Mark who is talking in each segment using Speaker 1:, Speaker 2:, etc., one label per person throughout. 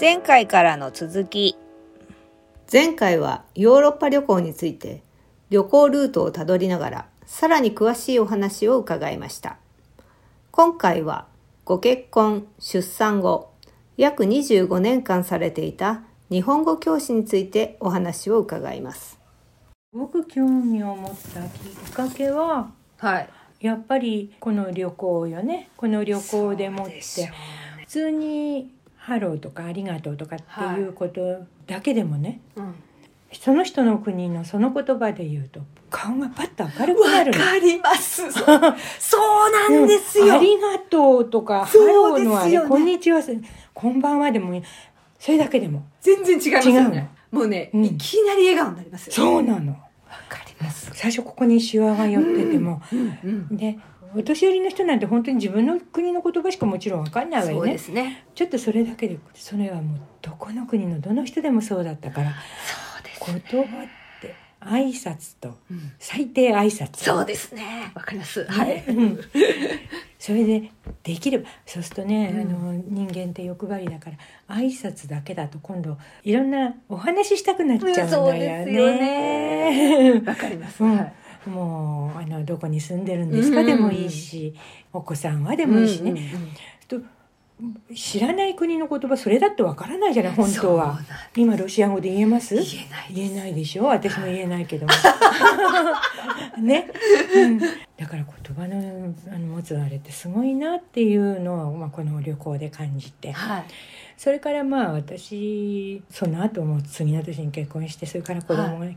Speaker 1: 前回からの続き
Speaker 2: 前回はヨーロッパ旅行について旅行ルートをたどりながらさらに詳しいお話を伺いました今回はご結婚出産後約25年間されていた日本語教師についてお話を伺います
Speaker 3: 僕興味を持ったきっかけは
Speaker 1: はい
Speaker 3: やっぱりこの旅行よねこの旅行でもっ
Speaker 1: そうで
Speaker 3: て普通に「ハロー」とか「ありがとう」とかっていうことだけでもね、
Speaker 1: うん
Speaker 3: その人の国のその言葉で言うと顔がパッと明るくなるの。
Speaker 1: りますそそうなんです
Speaker 3: うん
Speaker 1: よ、
Speaker 3: ありがとうとか、ハ
Speaker 1: そ
Speaker 3: ロ
Speaker 1: う
Speaker 3: ー
Speaker 1: ですよね
Speaker 3: のあれ、こんにちは、こんばんはでもいい、それだけでも。
Speaker 1: 全然違いますよ
Speaker 3: 違う
Speaker 1: ね
Speaker 3: の
Speaker 1: もうね、
Speaker 3: うん
Speaker 1: いきなり笑顔になりますよ
Speaker 3: そうなの。
Speaker 1: わかります
Speaker 3: 最初ここにシワが寄ってても、
Speaker 1: うん
Speaker 3: で、お年寄りの人なんて本当に自分の国の言葉しかもちろんわかんないわ
Speaker 1: そ
Speaker 3: よ
Speaker 1: うで
Speaker 3: ね。
Speaker 1: すね
Speaker 3: ちょっとそれだけで、それはもうどこの国のどの人でもそうだったから、
Speaker 1: そうです
Speaker 3: 言葉って挨拶と
Speaker 1: うん
Speaker 3: 最低挨拶。
Speaker 1: そうですねわかりますはい、
Speaker 3: うんそれでできればそうするとね、
Speaker 1: うん
Speaker 3: あの人間って欲張りだから挨拶だけだと今度いろんなお話ししたくなっちゃうんだ
Speaker 1: そう
Speaker 3: よ
Speaker 1: ですよ
Speaker 3: ね。
Speaker 1: わかります、
Speaker 3: う
Speaker 1: はい
Speaker 3: ん もうあのどこに住んでるんですか、
Speaker 1: うん
Speaker 3: でもいいしお子さんはでもいいしね、
Speaker 1: うんうん
Speaker 3: 知らない国の言葉それだってわからないじゃない本当は
Speaker 1: そうなん
Speaker 3: 今ロシア語で言えます
Speaker 1: 言えないです
Speaker 3: 言えないでしょ私も言えないけども ね、うんだから言葉のあの持つあれってすごいなっていうのを、まあ、この旅行で感じて
Speaker 1: はい
Speaker 3: それからまあ私その後も次の年に結婚してそれから子供が、で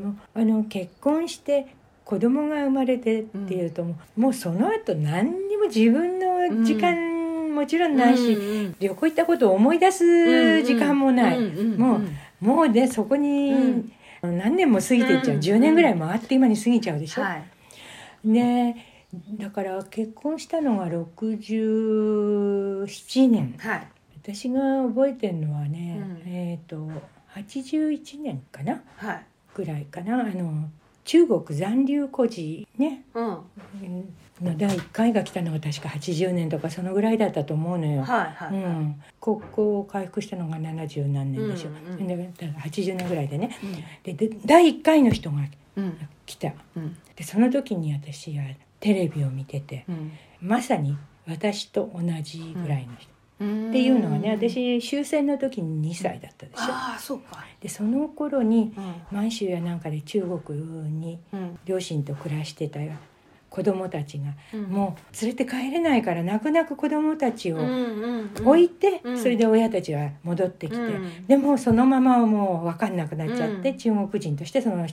Speaker 3: もあの結婚して子供が生まれてっていうともう,、もうその後何にも自分の時間、もちろんない
Speaker 1: うんう
Speaker 3: し、
Speaker 1: ん
Speaker 3: 旅行行ったことを思い出す時間もない、
Speaker 1: うんうんうん
Speaker 3: もうもうねそこに、
Speaker 1: うん
Speaker 3: 何年も過ぎていっちゃう、
Speaker 1: うん
Speaker 3: 10年ぐらいもあって今に過ぎちゃうでしょ、
Speaker 1: はい
Speaker 3: ねだから結婚したのが67年
Speaker 1: はい
Speaker 3: 私が覚えてるのはね、
Speaker 1: うん
Speaker 3: えっ、と81年かな
Speaker 1: はい
Speaker 3: ぐらいかなあの中国残留孤児ね
Speaker 1: うん
Speaker 3: うんの第1回が来たのが確か80年とかそのぐらいだったと思うのよ。
Speaker 1: はいは
Speaker 3: う
Speaker 1: いはい
Speaker 3: ん、国交を回復したのが70何年でしょ、
Speaker 1: う
Speaker 3: うん
Speaker 1: うん
Speaker 3: だから80年ぐらいでねでで第1回の人が
Speaker 1: うん
Speaker 3: 来た
Speaker 1: うん
Speaker 3: でその時に私はテレビを見てて
Speaker 1: うん
Speaker 3: まさに私と同じぐらいの人、
Speaker 1: っ
Speaker 3: っていうのはね私終戦の時に2歳だったでしょ
Speaker 1: ああそうか
Speaker 3: でその頃に
Speaker 1: うん
Speaker 3: 満州やなんかで中国に
Speaker 1: うん
Speaker 3: 両親と暮らしてた子供たちが
Speaker 1: うん
Speaker 3: もう連れて帰れないから泣く泣く子供たちを
Speaker 1: うんうんうん
Speaker 3: 置いて、
Speaker 1: うん
Speaker 3: それで親たちは戻ってきて、
Speaker 1: うん
Speaker 3: でもそのままもう分かんなくなっちゃって、
Speaker 1: うん
Speaker 3: 中国人としてその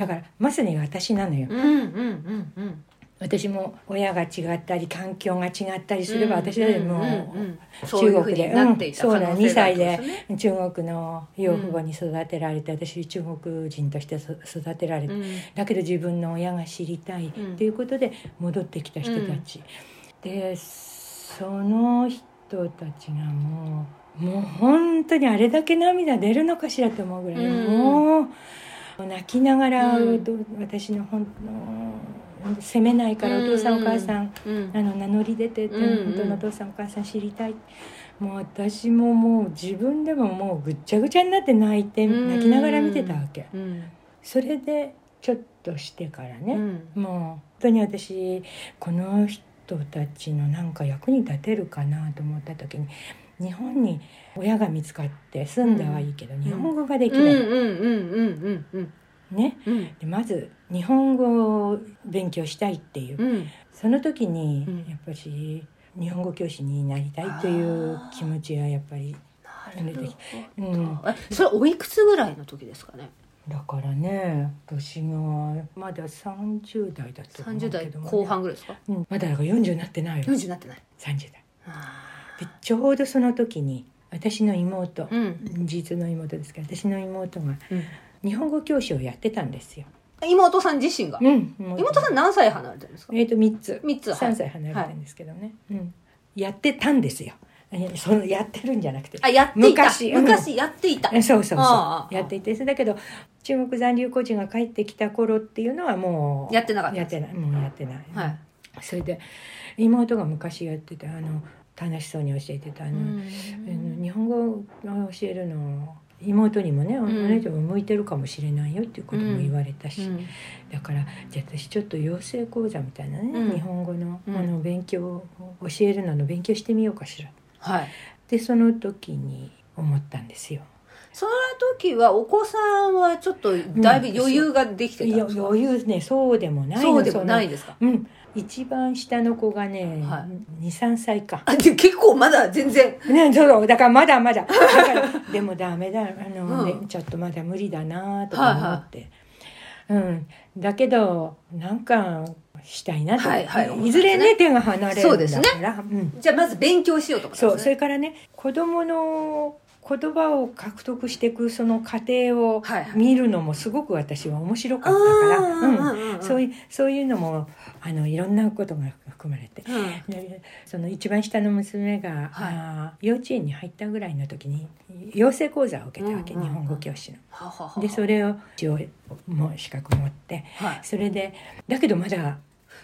Speaker 3: だからまさに私なのよ、
Speaker 1: うんうんうんうん
Speaker 3: 私も親が違ったり環境が違ったりすれば私だってもう。
Speaker 1: そういう
Speaker 3: 中
Speaker 1: ふう
Speaker 3: 国
Speaker 1: に
Speaker 3: で
Speaker 1: なっていた可能性があ
Speaker 3: うん
Speaker 1: る
Speaker 3: そうだ2歳
Speaker 1: って
Speaker 3: で
Speaker 1: ことすね
Speaker 3: 中国の養父母に育てられて、私中国人としてそ育てられて、だけど自分の親が知りたいっていうことで戻ってきた人たち、でその人たちがもうもう本当にあれだけ涙出るのかしらと思うぐらい、
Speaker 1: うん
Speaker 3: もう泣きながら、
Speaker 1: うん
Speaker 3: ど私の本当責めないからお父さんお母さん
Speaker 1: うんうん
Speaker 3: あの名乗り出てって、
Speaker 1: うんうん
Speaker 3: 本当のお父さんお母さん知りたいもう私ももう自分でももうぐっちゃぐちゃになって泣いて
Speaker 1: うん
Speaker 3: 泣きながら見てたわけ、
Speaker 1: うん
Speaker 3: それでちょっとしてから
Speaker 1: う
Speaker 3: ね、
Speaker 1: ん
Speaker 3: もう本当に私この人たちのなんか役に立てるかなと思った時に日本に親が見つかって住んだはいいけど、日本語ができ
Speaker 1: うん
Speaker 3: ない、
Speaker 1: うんうんうんうん
Speaker 3: ね
Speaker 1: うん
Speaker 3: でまず日本語を勉強したいっていう
Speaker 1: うん
Speaker 3: その時に
Speaker 1: うん
Speaker 3: やっぱり日本語教師になりたいという気持ちがやっぱり、
Speaker 1: なるほど
Speaker 3: うん、
Speaker 1: えそれおいくつぐらいの時ですかね
Speaker 3: だからね私がまだ30代だと思うけ
Speaker 1: 30
Speaker 3: ど
Speaker 1: 代
Speaker 3: もね
Speaker 1: 後、半ぐらいですか
Speaker 3: うん、まだだから40になってないよ
Speaker 1: 40になってない
Speaker 3: 30代
Speaker 1: あ
Speaker 3: でちょうどその時に私の妹
Speaker 1: ー、うん
Speaker 3: 実の妹ですけど私の妹が
Speaker 1: うん
Speaker 3: 日本語教師をやってたんですよ、
Speaker 1: 妹さん自身が
Speaker 3: うん、
Speaker 1: 妹さん何歳離れてるんですか
Speaker 3: えっ、と3つ
Speaker 1: 三つはい
Speaker 3: 3歳離れてるんですけどね、うん、やってたんですよいやそのやってるんじゃなくて
Speaker 1: あやっていた
Speaker 3: 昔うん
Speaker 1: 昔やっていた、
Speaker 3: えそうそう
Speaker 1: あ
Speaker 3: そ
Speaker 1: あ
Speaker 3: うやっていてだけど中国残留孤児が帰ってきた頃っていうのはもう
Speaker 1: やってなかった
Speaker 3: やってないもうやってない、
Speaker 1: はい
Speaker 3: それで妹が昔やってたあの楽しそうに教えてたあの、あの日本語を教えるの妹にもね、お
Speaker 1: ん
Speaker 3: 姉ちゃんも向いてるかもしれないよっていうことも言われたし、
Speaker 1: うん
Speaker 3: だからじゃあ私ちょっと養成講座みたいなね、
Speaker 1: うん
Speaker 3: 日本語の,、
Speaker 1: うん
Speaker 3: あの勉強を教えるのの勉強してみようかしら
Speaker 1: はい
Speaker 3: でその時に思ったんですよ。
Speaker 1: その時はお子さんはちょっとだいぶ余裕ができて
Speaker 3: い
Speaker 1: た
Speaker 3: や
Speaker 1: んですか、
Speaker 3: 余裕ねそうでもないの
Speaker 1: そうでも
Speaker 3: の
Speaker 1: ないですか
Speaker 3: うん、一番下の子がね、
Speaker 1: は
Speaker 3: 二三23歳か。
Speaker 1: あで結構まだ全然
Speaker 3: ね、そうだからまだまだだからでもダメだあ
Speaker 1: う
Speaker 3: の、
Speaker 1: ん
Speaker 3: ね、ちょっとまだ無理だなとか思って、うん、だけどなんかしたいなと、
Speaker 1: はいはい
Speaker 3: ずれね手が離れ
Speaker 1: そ
Speaker 3: る
Speaker 1: うんです
Speaker 3: だ
Speaker 1: ね
Speaker 3: からそう,、ん、
Speaker 1: じゃあまず勉強しようとか
Speaker 3: そうそ
Speaker 1: ね
Speaker 3: れからね子供の言葉を獲得していくその過程を
Speaker 1: はいはい
Speaker 3: 見るのもすごく私は面白か
Speaker 1: あ
Speaker 3: ったから、うん
Speaker 1: ーうんうんうん
Speaker 3: そういうそういうのもあのいろんなことが含まれて。
Speaker 1: うん
Speaker 3: でその一番下の娘が、
Speaker 1: はい
Speaker 3: あー幼稚園に入ったぐらいの時に養成講座を受けたわけ、
Speaker 1: うんうんうん
Speaker 3: 日本語教師の。
Speaker 1: ははは
Speaker 3: でそれを一応もう資格持って
Speaker 1: はい
Speaker 3: それでだけどまだ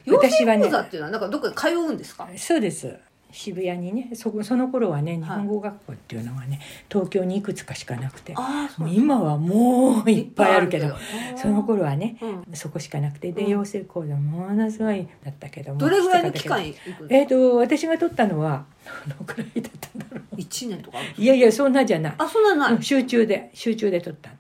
Speaker 1: 養
Speaker 3: 私は
Speaker 1: 成
Speaker 3: ね
Speaker 1: 講座っていうのはなんかどっかで通うんですか
Speaker 3: そうです渋谷にねそこその頃はね日本語学校っていうのがね東京にいくつかしかなくて
Speaker 1: ああ
Speaker 3: もう今はもういっぱいあるけどその頃
Speaker 1: は、
Speaker 3: はね
Speaker 1: うん
Speaker 3: そこしかなくて
Speaker 1: う
Speaker 3: で
Speaker 1: ん
Speaker 3: 養成講座ものすごいだったけども
Speaker 1: どれぐらいの期間
Speaker 3: きつかったけど
Speaker 1: 行くん
Speaker 3: え
Speaker 1: で
Speaker 3: っ、と私が取ったのは どのくらいだったんだろう
Speaker 1: すか1年とかあるんですか
Speaker 3: いやいやそんなんじゃない、
Speaker 1: あそんな
Speaker 3: う
Speaker 1: の
Speaker 3: ん
Speaker 1: ない、
Speaker 3: 集中で集中で取ったの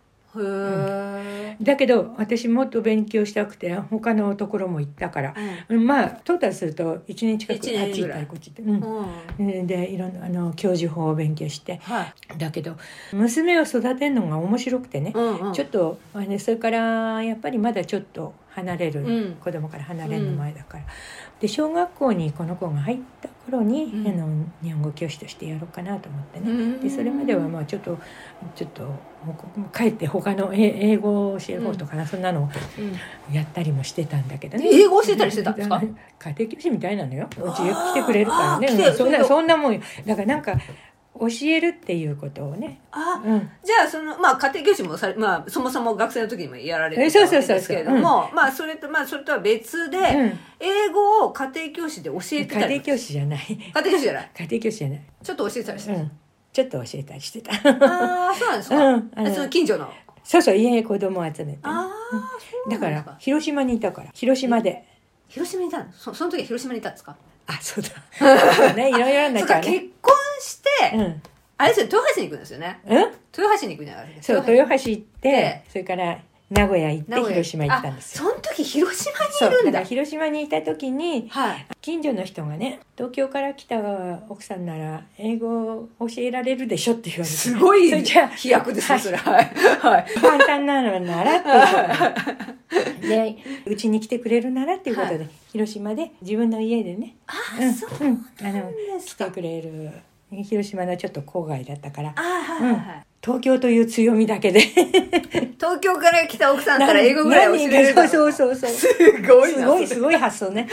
Speaker 1: へえ、
Speaker 3: だけど私もっと勉強したくて他のところも行ったからまあトータルすると1年近く
Speaker 1: 一年ぐらい
Speaker 3: あっち行ったりこっち行ったり
Speaker 1: うんうん
Speaker 3: うんでいろんなあの教授法を勉強して
Speaker 1: はい、
Speaker 3: だけど娘を育てるのが面白くてね、
Speaker 1: うんうん、
Speaker 3: ちょっとあれそれからやっぱりまだちょっと離れる、
Speaker 1: うん
Speaker 3: 子供から離れるの前だから、で小学校にこの子が入った頃に、
Speaker 1: うん
Speaker 3: あの日本語教師としてやろうかなと思ってね、
Speaker 1: うん
Speaker 3: でそれまではまあちょっとちょっと帰って他のえ英語を教える方とかな、そんなのを
Speaker 1: うん
Speaker 3: やったりもしてたんだけどね。
Speaker 1: 英語教えたりしてたんですか
Speaker 3: 家庭教師みたいなのよ。うちへ来てくれるからね
Speaker 1: あー来。て
Speaker 3: うんそんな
Speaker 1: そう
Speaker 3: そんなもんよ。だからなんか教えるっていうことをね。
Speaker 1: あ
Speaker 3: うん。
Speaker 1: じゃあその、まあ、家庭教師もされ、まあ、そもそも学生の時にもやられて
Speaker 3: えそ
Speaker 1: た
Speaker 3: う
Speaker 1: わ
Speaker 3: そう
Speaker 1: け
Speaker 3: そうそう
Speaker 1: ですけれどもまあそれとまあそれとは別で、
Speaker 3: うん
Speaker 1: 英語を家庭教師で教え
Speaker 3: 家
Speaker 1: てたり
Speaker 3: 庭教師じゃない。家
Speaker 1: 家庭教師じゃない
Speaker 3: 庭教師じゃない。
Speaker 1: ちょっと教えてたりして
Speaker 3: うん。ちょっと教えたりしてた。
Speaker 1: ああそうなんですか、
Speaker 3: うんあの
Speaker 1: えその近所の
Speaker 3: そうそう家へ子供を集めて。
Speaker 1: ああ
Speaker 3: だから広島にいたから広島で。
Speaker 1: 広島にいたのそその時は広島にいたんですか
Speaker 3: あそうだ。そうねいろいろな
Speaker 1: そう
Speaker 3: ん
Speaker 1: か
Speaker 3: か
Speaker 1: 結
Speaker 3: ね。
Speaker 1: 婚して、
Speaker 3: うん。
Speaker 1: あれですよ豊橋に行くんですよね
Speaker 3: うん。
Speaker 1: 豊橋に行くんじゃないです
Speaker 3: そう
Speaker 1: か
Speaker 3: 豊橋行っ
Speaker 1: で
Speaker 3: てそれから名古屋行って
Speaker 1: 名古屋
Speaker 3: 広島行ったんですよ。
Speaker 1: あその時広島
Speaker 3: そう
Speaker 1: にいるん
Speaker 3: か
Speaker 1: だ
Speaker 3: ら広島にいた時に
Speaker 1: はい
Speaker 3: 近所の人がね東京から来た奥さんなら英語教えられるでしょって言われて
Speaker 1: すごい
Speaker 3: それじゃあ
Speaker 1: 飛躍ですねそれはい、はい、
Speaker 3: 簡単なのならっていうことででうちに来てくれるならっていうことで、広島で自分の家でね
Speaker 1: あ
Speaker 3: う
Speaker 1: ー
Speaker 3: ん
Speaker 1: そう
Speaker 3: うんあの
Speaker 1: です
Speaker 3: 来
Speaker 1: か
Speaker 3: てくれる広島のちょっと郊外だったから
Speaker 1: あーはいはいはい
Speaker 3: 東京という強みだけで
Speaker 1: 東京から来た奥さんから英語ぐらい教えられるだろ
Speaker 3: 何そうそうそうそう
Speaker 1: すごい
Speaker 3: す
Speaker 1: な
Speaker 3: ごい
Speaker 1: そ
Speaker 3: す
Speaker 1: れ
Speaker 3: ごい発想ね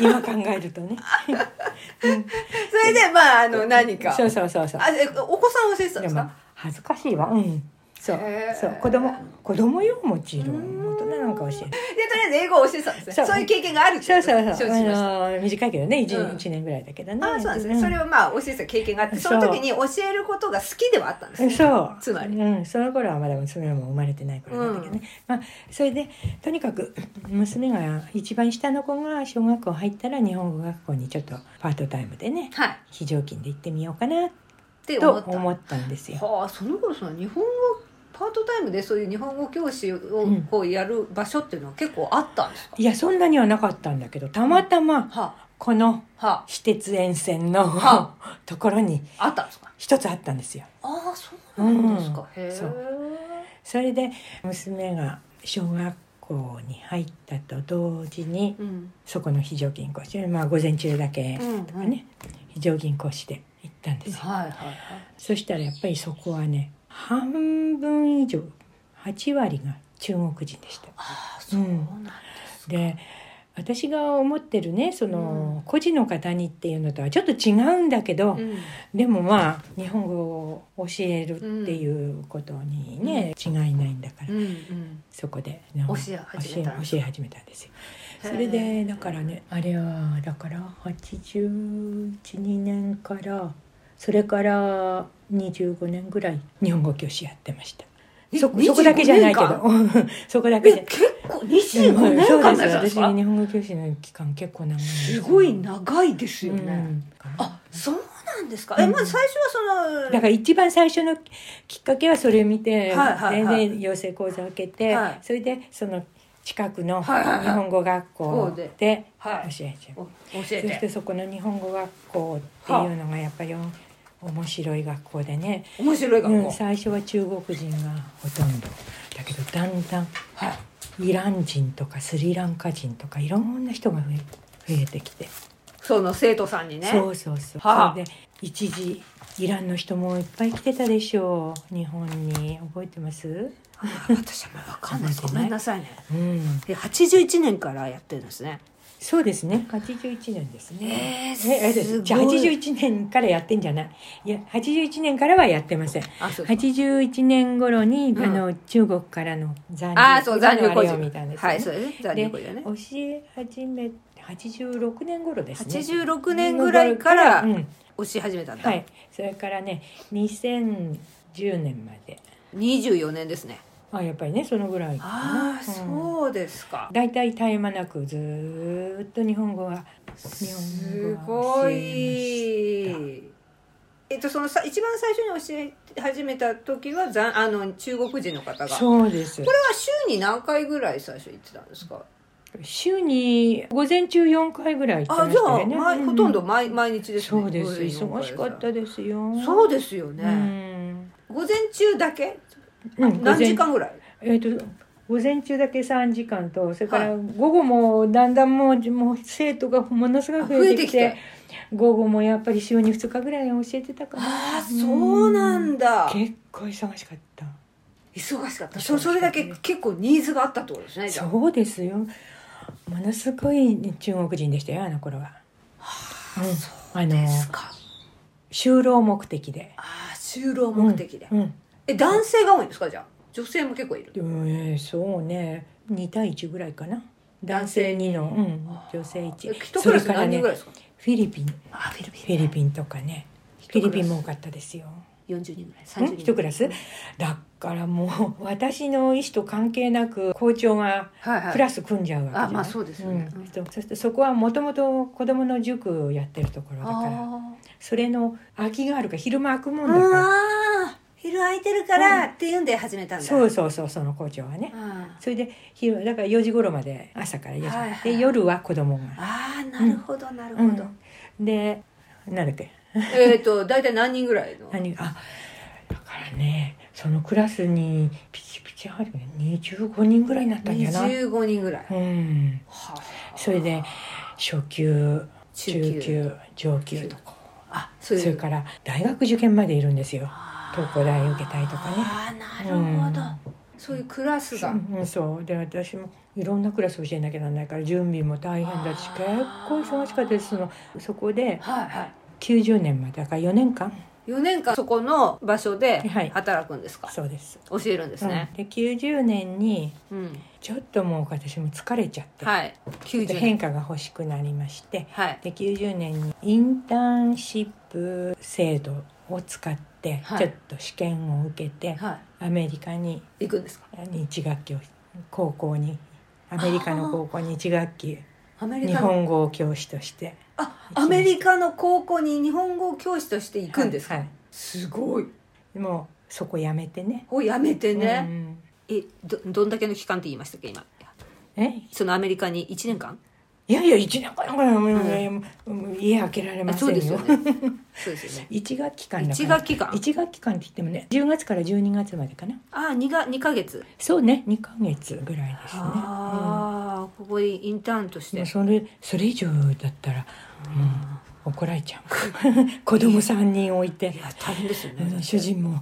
Speaker 3: 今考えるとね
Speaker 1: それでまああの何か
Speaker 3: そうそうそうそう
Speaker 1: あえお子さんを教えてたんで
Speaker 3: で
Speaker 1: す
Speaker 3: も
Speaker 1: か
Speaker 3: 恥ずかしいわ。うん。そう
Speaker 1: へー
Speaker 3: そう子供子供よもちろん大人なんか教えない。
Speaker 1: でとりあえず英語を教えてたんですね
Speaker 3: そ
Speaker 1: そうういう経験があるって
Speaker 3: そ
Speaker 1: いう
Speaker 3: そう
Speaker 1: 承
Speaker 3: そ
Speaker 1: 知
Speaker 3: う。あ
Speaker 1: しました
Speaker 3: のー短いけどね一
Speaker 1: うん
Speaker 3: 一年ぐらいだけどね。
Speaker 1: あーそうなんですねそれをまあ教えてた経験があってその時に教えることが好きではあったんですね
Speaker 3: そう
Speaker 1: つまり
Speaker 3: うん、その頃はまだ娘も生まれてない頃なんだけどね、まあ、それでとにかく娘が一番下の子が小学校入ったら日本語学校にちょっとパートタイムでね
Speaker 1: はいっ
Speaker 3: 非常勤で行ってみようかな
Speaker 1: て
Speaker 3: と
Speaker 1: 思った
Speaker 3: 思ったんですよ。
Speaker 1: はあその頃その日本語パートタイムでそういう日本語教師を
Speaker 3: うん
Speaker 1: こうやる場所っていうのは結構あったんですか、
Speaker 3: いやそんなにはなかったんだけどたまたま
Speaker 1: は
Speaker 3: この
Speaker 1: あは
Speaker 3: 私鉄沿線の
Speaker 1: は
Speaker 3: ところに
Speaker 1: ああったんですか
Speaker 3: 一つあったんですよ
Speaker 1: ああそうなんですか、
Speaker 3: うん
Speaker 1: へ
Speaker 3: そ
Speaker 1: え
Speaker 3: それで娘が小学校に入ったと同時に
Speaker 1: うん
Speaker 3: そこの非常勤講師まあ午前中だけとかね、非常勤講師で行ったんですよ
Speaker 1: はいはいはい
Speaker 3: そしたらやっぱりそこはね半分以上8割が中国人でした
Speaker 1: ああそうなんですか、
Speaker 3: で私が思ってるねその、個人の方にっていうのとはちょっと違うんだけど、
Speaker 1: うん
Speaker 3: でもまあ日本語を教えるっていうことにね、違いないんだか
Speaker 1: う
Speaker 3: ら、
Speaker 1: んうん
Speaker 3: そこで
Speaker 1: 教え始めた
Speaker 3: 教え教え始めたんですよそれでだからねあれはだから812年からそれから25年ぐらい日本語教師やってました
Speaker 1: え
Speaker 3: そこそこだけじゃないけど そこだけじゃ
Speaker 1: え結構25
Speaker 3: うん
Speaker 1: 年
Speaker 3: そう
Speaker 1: 間
Speaker 3: です
Speaker 1: なんで
Speaker 3: 私
Speaker 1: すか
Speaker 3: 日本語教師の期間結構長いんです
Speaker 1: すごい長いですよ
Speaker 3: う
Speaker 1: ね、
Speaker 3: ん
Speaker 1: あそうなんですかえ
Speaker 3: うん
Speaker 1: まず最初はその
Speaker 3: だから一番最初のきっかけはそれ見て、
Speaker 1: はいはいはい
Speaker 3: 全然養成講座を受けて、
Speaker 1: はい
Speaker 3: それでその近くの日
Speaker 1: はいはいはい
Speaker 3: 本語学校
Speaker 1: そう
Speaker 3: で教
Speaker 1: はい
Speaker 3: えちゃう、
Speaker 1: お教え
Speaker 3: そして
Speaker 1: て
Speaker 3: そこの日本語学校っていうのがやっぱりお面白い学校でね、
Speaker 1: 面白い学校、
Speaker 3: うん最初は中国人がほとんどだけどだんだん
Speaker 1: はい
Speaker 3: イラン人とかスリランカ人とかいろんな人が増え増えてきて、
Speaker 1: その生徒さんにね
Speaker 3: そうそうそう、
Speaker 1: はあ
Speaker 3: それで一時イランの人もいっぱい来てたでしょう日本に覚えてます
Speaker 1: あ私はもう分かんないですごめんなさいね
Speaker 3: うん
Speaker 1: え81年からやってるんですね
Speaker 3: そうですね81年ですね
Speaker 1: えー
Speaker 3: え
Speaker 1: すごい
Speaker 3: じゃあ81年からやってんじゃないいや81年からはやってません
Speaker 1: あそうか
Speaker 3: 81年頃に、
Speaker 1: うん
Speaker 3: あの中国からの残留
Speaker 1: あーそう残留
Speaker 3: 孤
Speaker 1: 孤
Speaker 3: 児
Speaker 1: 児
Speaker 3: みたいなですよね
Speaker 1: はいそうですね残留孤児だね
Speaker 3: 教え始め86年頃ですね
Speaker 1: 86年ぐらいから
Speaker 3: うん
Speaker 1: 教え始めたんだ、
Speaker 3: はい、それからね2010年まで
Speaker 1: 24年ですね
Speaker 3: あやっぱりねそのぐらい
Speaker 1: ああ
Speaker 3: うん
Speaker 1: そうですか
Speaker 3: 大体絶え間なくずーっと日本語は日
Speaker 1: す
Speaker 3: 本語
Speaker 1: ご
Speaker 3: は教え
Speaker 1: いえっとそのさ一番最初に教え始めた時はざんあの中国人の方
Speaker 3: ま
Speaker 1: が
Speaker 3: した
Speaker 1: こ
Speaker 3: そうです
Speaker 1: れは週に何回ぐらい最初行ってたんですか
Speaker 3: 週に午前中4回ぐらい行って
Speaker 1: あ
Speaker 3: まし
Speaker 1: じゃ
Speaker 3: た
Speaker 1: あ、
Speaker 3: よね
Speaker 1: ま
Speaker 3: う
Speaker 1: ほとんど
Speaker 3: う
Speaker 1: 毎毎日ですね
Speaker 3: そうです
Speaker 1: 午前四
Speaker 3: 忙しかったですよ
Speaker 1: そうですよ
Speaker 3: う
Speaker 1: ね、
Speaker 3: ん
Speaker 1: 午前中だけ
Speaker 3: うん
Speaker 1: 何時間ぐらい
Speaker 3: えっ、と午前中だけ3時間とそれから
Speaker 1: は
Speaker 3: 午後もだんだんもうもう生徒がものすごく増えてきて
Speaker 1: あ増えて
Speaker 3: 午後もやっぱり週に2日ぐらい教えてたから
Speaker 1: ああそうなんだ
Speaker 3: 結構忙しかった
Speaker 1: 忙しかった
Speaker 3: 忙しかった
Speaker 1: そそれだけ結構ニーズがあったってことですねじゃあ
Speaker 3: そうですよものすごい中国人でしたよあの頃は、うんあの
Speaker 1: ですか
Speaker 3: 就労目的で
Speaker 1: ああ就労目的で、
Speaker 3: うんうん
Speaker 1: え男性が多いんですかじゃあ女性も結構いる
Speaker 3: でもねそうね2対1ぐらいかな男性2の、うん、女性
Speaker 1: え一
Speaker 3: 1そ
Speaker 1: ク
Speaker 3: れ
Speaker 1: ラス
Speaker 3: から
Speaker 1: 何
Speaker 3: ね
Speaker 1: 人ぐらいですか、
Speaker 3: フィリピン
Speaker 1: あフィリピン
Speaker 3: フィリピンとかねフィリピンも多かったですよ。
Speaker 1: 40人ぐらい30人
Speaker 3: ん一クラスだからもう私の意思と関係なく校長が
Speaker 1: はいはい
Speaker 3: クラス組んじゃうわけじゃない
Speaker 1: あまあそうですよね
Speaker 3: うん
Speaker 1: うん
Speaker 3: そうそしてそこはもともと子供の塾をやってるところだから
Speaker 1: あ
Speaker 3: それの空きがあるから昼間空くも
Speaker 1: あ
Speaker 3: んだか
Speaker 1: あ昼空いてるから、っていうんで始めたん
Speaker 3: ら
Speaker 1: だ
Speaker 3: そうそうそうその校長はね
Speaker 1: あ
Speaker 3: それで昼だから4時頃まで朝から4時、
Speaker 1: はいはい
Speaker 3: で夜は子供が
Speaker 1: あーなるほどなるほど、
Speaker 3: うんでなんだっけ
Speaker 1: えっ、と大体何人ぐらいの
Speaker 3: 何あだからねそのクラスにピチピチ入るね25人ぐらいになったんじゃない
Speaker 1: 25人ぐらい、
Speaker 3: うん
Speaker 1: はあ
Speaker 3: それで初級
Speaker 1: 中
Speaker 3: 中
Speaker 1: 級
Speaker 3: 級上級とか
Speaker 1: あそ
Speaker 3: そう
Speaker 1: い
Speaker 3: れ
Speaker 1: う
Speaker 3: から大学受験までいるんですよ
Speaker 1: あー
Speaker 3: 東工大受けたいとかね
Speaker 1: あーなるほど、そういうクラスが、
Speaker 3: うん、そうで私もいろんなクラス教えなきゃならないから準備も大変だし
Speaker 1: あ
Speaker 3: 結
Speaker 1: ー
Speaker 3: 構忙しかったですそのそこで
Speaker 1: はいはい
Speaker 3: 90年までだから4年間
Speaker 1: 4年間そこの場所で
Speaker 3: はい
Speaker 1: 働くんですか、
Speaker 3: そうです
Speaker 1: 教えるんですね、
Speaker 3: うんで90年に
Speaker 1: うん
Speaker 3: ちょっともう私も疲れちゃって、
Speaker 1: はい
Speaker 3: ちょっと
Speaker 1: 90
Speaker 3: 変
Speaker 1: 年
Speaker 3: 化が欲しくなりまして
Speaker 1: はい
Speaker 3: で90年にインターンシップ制度を使って
Speaker 1: はい
Speaker 3: ちょっと試験を受けて、
Speaker 1: は
Speaker 3: アメリカに
Speaker 1: い行くんですか
Speaker 3: 1学期を高校にアメリカの高校に1学期
Speaker 1: アメリ
Speaker 3: 日
Speaker 1: カの
Speaker 3: 本語教師として
Speaker 1: あアメリカの高校に日本語教師として行くんですか、
Speaker 3: はいは
Speaker 1: すごい
Speaker 3: いもうそこやめてね
Speaker 1: おやめて
Speaker 3: う
Speaker 1: ね、
Speaker 3: ん
Speaker 1: えどどんだけの期間って言いましたっけ今
Speaker 3: え
Speaker 1: そのアメリカに1年間
Speaker 3: いやいや1年間ぐらいもうもう家開けられま
Speaker 1: あ
Speaker 3: せ
Speaker 1: そ
Speaker 3: ん
Speaker 1: う
Speaker 3: よ
Speaker 1: ですよ ねそうですよね
Speaker 3: 1学期間だから
Speaker 1: 1学期間
Speaker 3: 一学期間って言ってもね10月から12月までかな
Speaker 1: あ二が2ヶ月
Speaker 3: そうね2ヶ月ぐらいですね
Speaker 1: ああ、ここでインターンとし
Speaker 3: うん
Speaker 1: て
Speaker 3: もうそれそれ以上だったら、うん、 怒られちゃう子供3人置いて
Speaker 1: いや大変ですよね、
Speaker 3: うん主人も、うん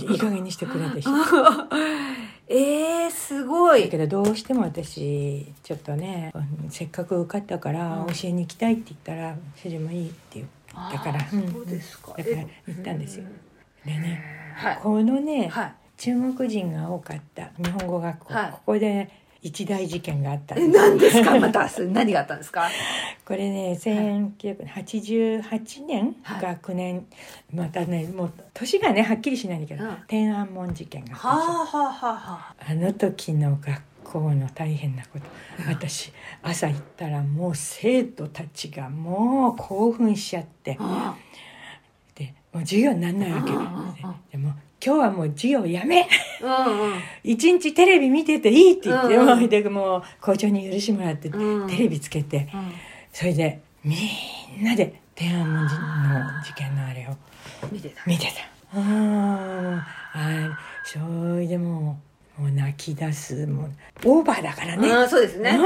Speaker 3: いい加減にしてくれでしょ
Speaker 1: えー、すご
Speaker 3: だ
Speaker 1: い
Speaker 3: けどどうしても私ちょっとね、うんせっかく受かったから教えに行きたいって言ったら主人もいいって言ったから
Speaker 1: あーそうですか
Speaker 3: んだから
Speaker 1: え
Speaker 3: 行ったんですよでね
Speaker 1: はい
Speaker 3: このね、
Speaker 1: はい
Speaker 3: 中国人が多かった日本語学校、
Speaker 1: はい
Speaker 3: ここで一大事件があったん
Speaker 1: え何ですかまたそれ何があったんですか
Speaker 3: これね1988年
Speaker 1: はい
Speaker 3: が9年、またねもう年がねはっきりしないんだけど、
Speaker 1: うん
Speaker 3: 天安門事件があったんですよ
Speaker 1: はあはあはあは
Speaker 3: あの時の学校の大変なこと私朝行ったらもう生徒たちがもう興奮しちゃって
Speaker 1: あ
Speaker 3: でもう授業になんないわけ
Speaker 1: うんうんうん
Speaker 3: でもう今日はもう授業やめ
Speaker 1: うんうん
Speaker 3: 一日テレビ見てていいって言って、
Speaker 1: うんうん
Speaker 3: もうでもう校長に許してもらって、
Speaker 1: うん
Speaker 3: テレビつけてそれでみんなで天安門の事件のあれを
Speaker 1: 見てた
Speaker 3: 見てたあーあそれでもうもう泣き出すもうオーバーだからね
Speaker 1: うんそうですね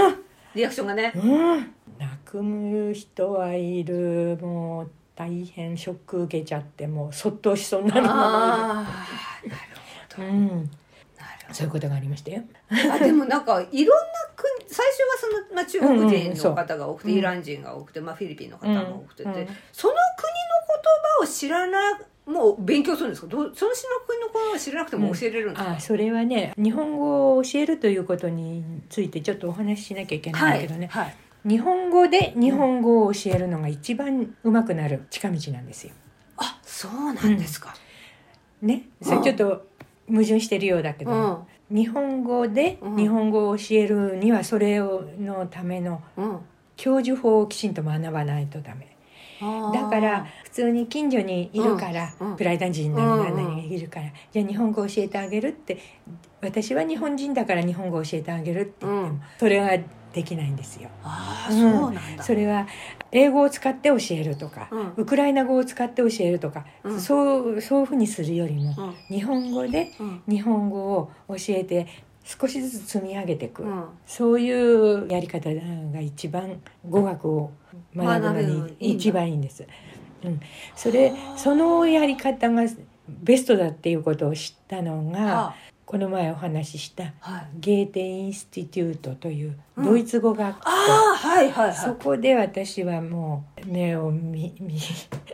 Speaker 1: リアクションがね
Speaker 3: うんうん泣く人はいるもう大変ショック受けちゃってもうそっとしそうになるま
Speaker 1: ああなるほ
Speaker 3: ま
Speaker 1: ど
Speaker 3: いるうん
Speaker 1: なるほど
Speaker 3: そういうことがありましたよ
Speaker 1: あでもなんかいろんな国最初はその、まあ、中国
Speaker 3: うんうん
Speaker 1: 人
Speaker 3: そう
Speaker 1: の方が多くて、
Speaker 3: うん
Speaker 1: イラン人が多くて、まあ、フィリピンの方も多くて、
Speaker 3: うんうん
Speaker 1: その国の言葉を知らないもう勉強するんですかどうその島の国の言葉を知らなくても教えれるんですか、
Speaker 3: あそれはね日本語を教えるということについてちょっとお話ししなきゃいけないんだけどね、
Speaker 1: はい、
Speaker 3: 日本語で日本語を教えるのが一番うまくなる近道なんですよ。
Speaker 1: あそうなんですか、
Speaker 3: ね、それちょっと矛盾してるようだけ
Speaker 1: う
Speaker 3: ど、
Speaker 1: ん
Speaker 3: 日本語で
Speaker 1: うん
Speaker 3: 日本語を教えるにはそれをのための
Speaker 1: うん
Speaker 3: 教授法をきちんと学ばないとダメ
Speaker 1: あー
Speaker 3: だから普通に近所にいるから、
Speaker 1: うんうん
Speaker 3: プライダン人なり
Speaker 1: うんうん
Speaker 3: 何なりがいるから、じゃあ日本語教えてあげるって私は日本人だから日本語教えてあげるって言っても、
Speaker 1: うん
Speaker 3: それはできないんですよ。
Speaker 1: ああ
Speaker 3: うん
Speaker 1: そうなんだ、
Speaker 3: それは英語を使って教えるとか、
Speaker 1: うん
Speaker 3: ウクライナ語を使って教えるとか、
Speaker 1: うん
Speaker 3: そうそういうふうにするよりも、
Speaker 1: うん
Speaker 3: 日本語で
Speaker 1: うん
Speaker 3: 日本語を教えて少しずつ積み上げていく、
Speaker 1: うん
Speaker 3: そういうやり方が一番語学を学ぶの
Speaker 1: 学べるの
Speaker 3: に
Speaker 1: いいんだ
Speaker 3: 一番いいんです。うん、それそのやり方がベストだっていうことを知ったのが
Speaker 1: あ
Speaker 3: この前お話しした
Speaker 1: はい
Speaker 3: ゲーテインスティテュートという
Speaker 1: うん
Speaker 3: ドイツ語学校、
Speaker 1: あーはいはいは
Speaker 3: そ
Speaker 1: い
Speaker 3: こで私はもう目を見見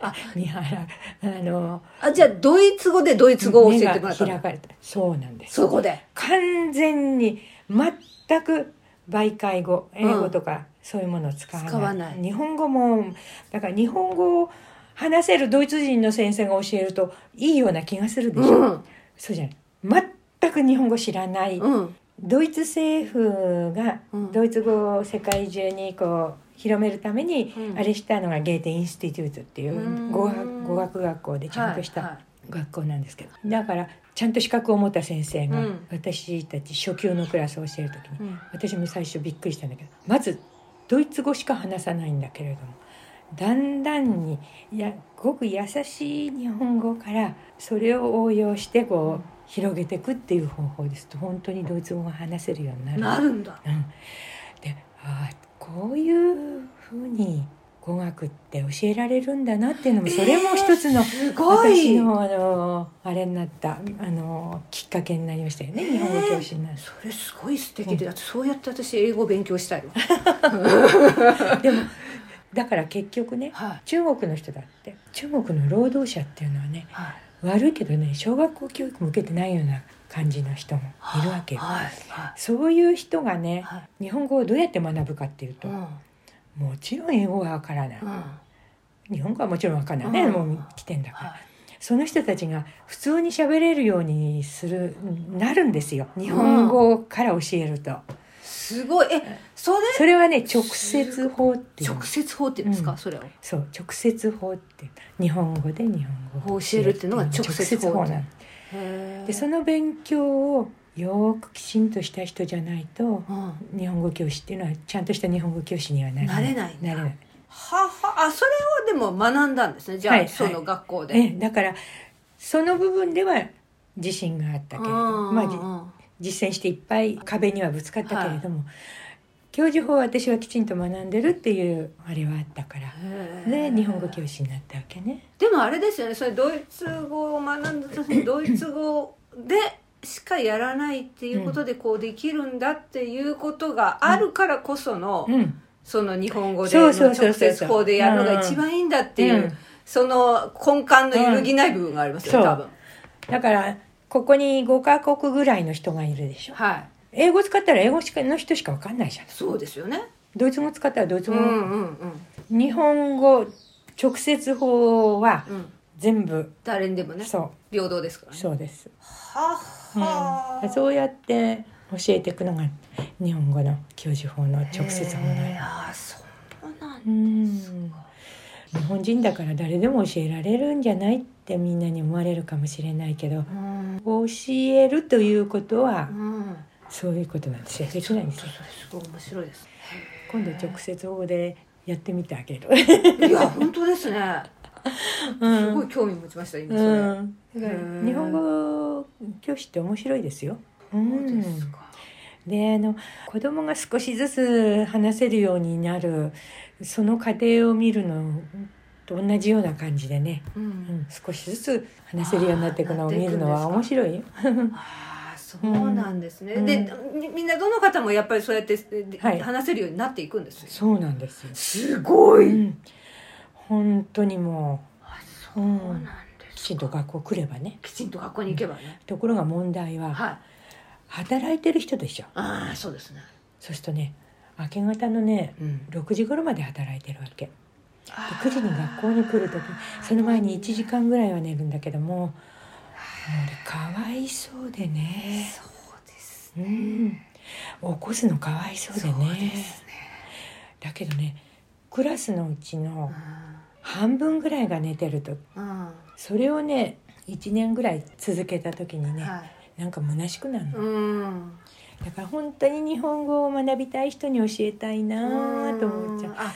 Speaker 1: あ
Speaker 3: 見払うあの
Speaker 1: あじゃあドイツ語でドイツ語を教えてもらった
Speaker 3: 目が
Speaker 1: の
Speaker 3: 開かれたそうなんです
Speaker 1: そこで
Speaker 3: 完全に全く媒介語英語とかそういうものを使わない,、
Speaker 1: 使わない
Speaker 3: 日本語もだから日本語を話せるドイツ人の先生が教えるといいような気がするでしょ、
Speaker 1: うん
Speaker 3: そうじゃない全く日本語知らない、
Speaker 1: うん
Speaker 3: ドイツ政府が
Speaker 1: うん
Speaker 3: ドイツ語を世界中にこう広めるために
Speaker 1: うん
Speaker 3: あれしたのがゲーテインスティテュートっていううん語学語学学校でちゃんとし
Speaker 1: はい
Speaker 3: た
Speaker 1: はい
Speaker 3: 学校なんですけどだからちゃんと資格を持った先生が
Speaker 1: うん
Speaker 3: 私たち初級のクラスを教える時
Speaker 1: う
Speaker 3: に
Speaker 1: ん
Speaker 3: 私も最初びっくりしたんだけどまずドイツ語しか話さないんだけれどもだんだんにいやごく優しい日本語からそれを応用してこう広げていくっていう方法ですと本当にドイツ語が話せるようになる。
Speaker 1: なるんだ
Speaker 3: うん、でああこういうふうに語学って教えられるんだなっていうのもそれも一つの
Speaker 1: すごい
Speaker 3: 私のあのあれになったあのきっかけになりましたよね日本語教師になる
Speaker 1: それすごい素敵で、だってそうやって私英語勉強したいわ
Speaker 3: でもだから結局ね
Speaker 1: はい
Speaker 3: 中国の人だって中国の労働者っていうのはね
Speaker 1: はい
Speaker 3: 悪いけどね小学校教育も受けてないような感じの人もいるわけよ
Speaker 1: はいは
Speaker 3: そういう人が
Speaker 1: い
Speaker 3: ね
Speaker 1: はい
Speaker 3: 日本語をどうやって学ぶかっていうと
Speaker 1: うん
Speaker 3: もちろん英語はわからない
Speaker 1: うん
Speaker 3: 日本語はもちろんわかんないね、
Speaker 1: うん
Speaker 3: もう来てんだから、
Speaker 1: は
Speaker 3: その人たちが普通に喋れるようにするなるんですよ日本語から教えると、
Speaker 1: すごいえそれ
Speaker 3: それはね直接法っていう
Speaker 1: 直接法って言うんですか、
Speaker 3: うん
Speaker 1: それを
Speaker 3: そう直接法っていう日本語で日本語を
Speaker 1: 教えるっていうのが直接法
Speaker 3: なのでそ
Speaker 1: の
Speaker 3: の勉強をよくきちんとした人じゃないと
Speaker 1: うん
Speaker 3: 日本語教師っていうのはちゃんとした日本語教師にはなれ
Speaker 1: なれないんだ
Speaker 3: なれない
Speaker 1: ははあそれをでも学んだんですねじゃあ、
Speaker 3: はいはい
Speaker 1: その学校で、
Speaker 3: ええだからその部分では自信があった
Speaker 1: う
Speaker 3: け
Speaker 1: ん
Speaker 3: れ
Speaker 1: う
Speaker 3: ど、
Speaker 1: んうん
Speaker 3: まあじ実践していっぱい壁にはぶつかったけれども、教授法は私はきちんと学んでるっていうあれはあったから。
Speaker 1: へえ
Speaker 3: で日本語教師になったわけね。
Speaker 1: でもあれですよねそれドイツ語を学んだ時にドイツ語でしかやらないっていうことでこうできるんだっていうことがあるからこその、
Speaker 3: うん、
Speaker 1: その日本語で
Speaker 3: そう
Speaker 1: 直
Speaker 3: そうそうそう
Speaker 1: 接こうでやるのが一番いいんだっていう、
Speaker 3: うん
Speaker 1: その根幹の揺るぎない部分がありますよね、
Speaker 3: うん
Speaker 1: 多分
Speaker 3: だからここに5カ国ぐらいの人がいるでしょ。
Speaker 1: はい
Speaker 3: 英語使ったら英語しかの人しかわかんないじゃん
Speaker 1: そうですよね
Speaker 3: ドイツ語使ったらドイツ
Speaker 1: う
Speaker 3: 語、
Speaker 1: んうんうん
Speaker 3: 日本語直接法は
Speaker 1: うん
Speaker 3: 全部、
Speaker 1: 誰にでもね
Speaker 3: そ
Speaker 1: 平等ですから
Speaker 3: う
Speaker 1: ね
Speaker 3: そうです、
Speaker 1: は
Speaker 3: う
Speaker 1: っ
Speaker 3: ん
Speaker 1: はー
Speaker 3: そうやって教えていくのが日本語の教授法の直接法なん
Speaker 1: へー
Speaker 3: や
Speaker 1: あーそうなん
Speaker 3: う
Speaker 1: だ
Speaker 3: ん日本人だから誰でも教えられるんじゃないってみんなに思われるかもしれないけど
Speaker 1: うん
Speaker 3: 教えるということは
Speaker 1: うん
Speaker 3: そういうことなんですよできないんですよ
Speaker 1: それすごい面白いです
Speaker 3: 今度直接法でやってみてあげる、
Speaker 1: いや本当ですね
Speaker 3: うん
Speaker 1: すごい興味持ちました今それ、
Speaker 3: うん、だから
Speaker 1: うん
Speaker 3: 日本語教師って面白いですよ。う
Speaker 1: そうです
Speaker 3: ん、
Speaker 1: か
Speaker 3: であの子供が少しずつ話せるようになるその過程を見るのと同じような感じでね、
Speaker 1: う
Speaker 3: うんん、少しずつ話せるようになっていくのを見るのは
Speaker 1: あー
Speaker 3: 面白いよ。
Speaker 1: ああそうなんですね、
Speaker 3: うん
Speaker 1: でみみんなどの方もやっぱりそうやってで
Speaker 3: はい
Speaker 1: 話せるようになっていくんですよ、
Speaker 3: そうなんですよ、
Speaker 1: すご
Speaker 3: う
Speaker 1: い、
Speaker 3: ん、本当にも、
Speaker 1: あそうう
Speaker 3: う
Speaker 1: うなん
Speaker 3: ん、
Speaker 1: です
Speaker 3: きちんと学校来ればね
Speaker 1: きちんと学校に行けばね、
Speaker 3: ところが問題は
Speaker 1: はい
Speaker 3: 働いてる人でしょ
Speaker 1: ああそうですね、
Speaker 3: そうするとね明け方のね
Speaker 1: うん、
Speaker 3: 6時頃まで働いてるわけ
Speaker 1: あ
Speaker 3: 9時に学校に来る時その前に1時間ぐらいは寝るんだけどももう俺かわいそうでね
Speaker 1: そうです
Speaker 3: うん起こすのかわいそうでねだけどねクラスのうちの半分ぐらいが寝てると
Speaker 1: うん、
Speaker 3: それをね1年ぐらい続けた時にね、
Speaker 1: はい
Speaker 3: なんか虚しくなるの、
Speaker 1: うん
Speaker 3: だから本当に日本語を学びたい人に教えたいなと思っちゃう。
Speaker 1: あ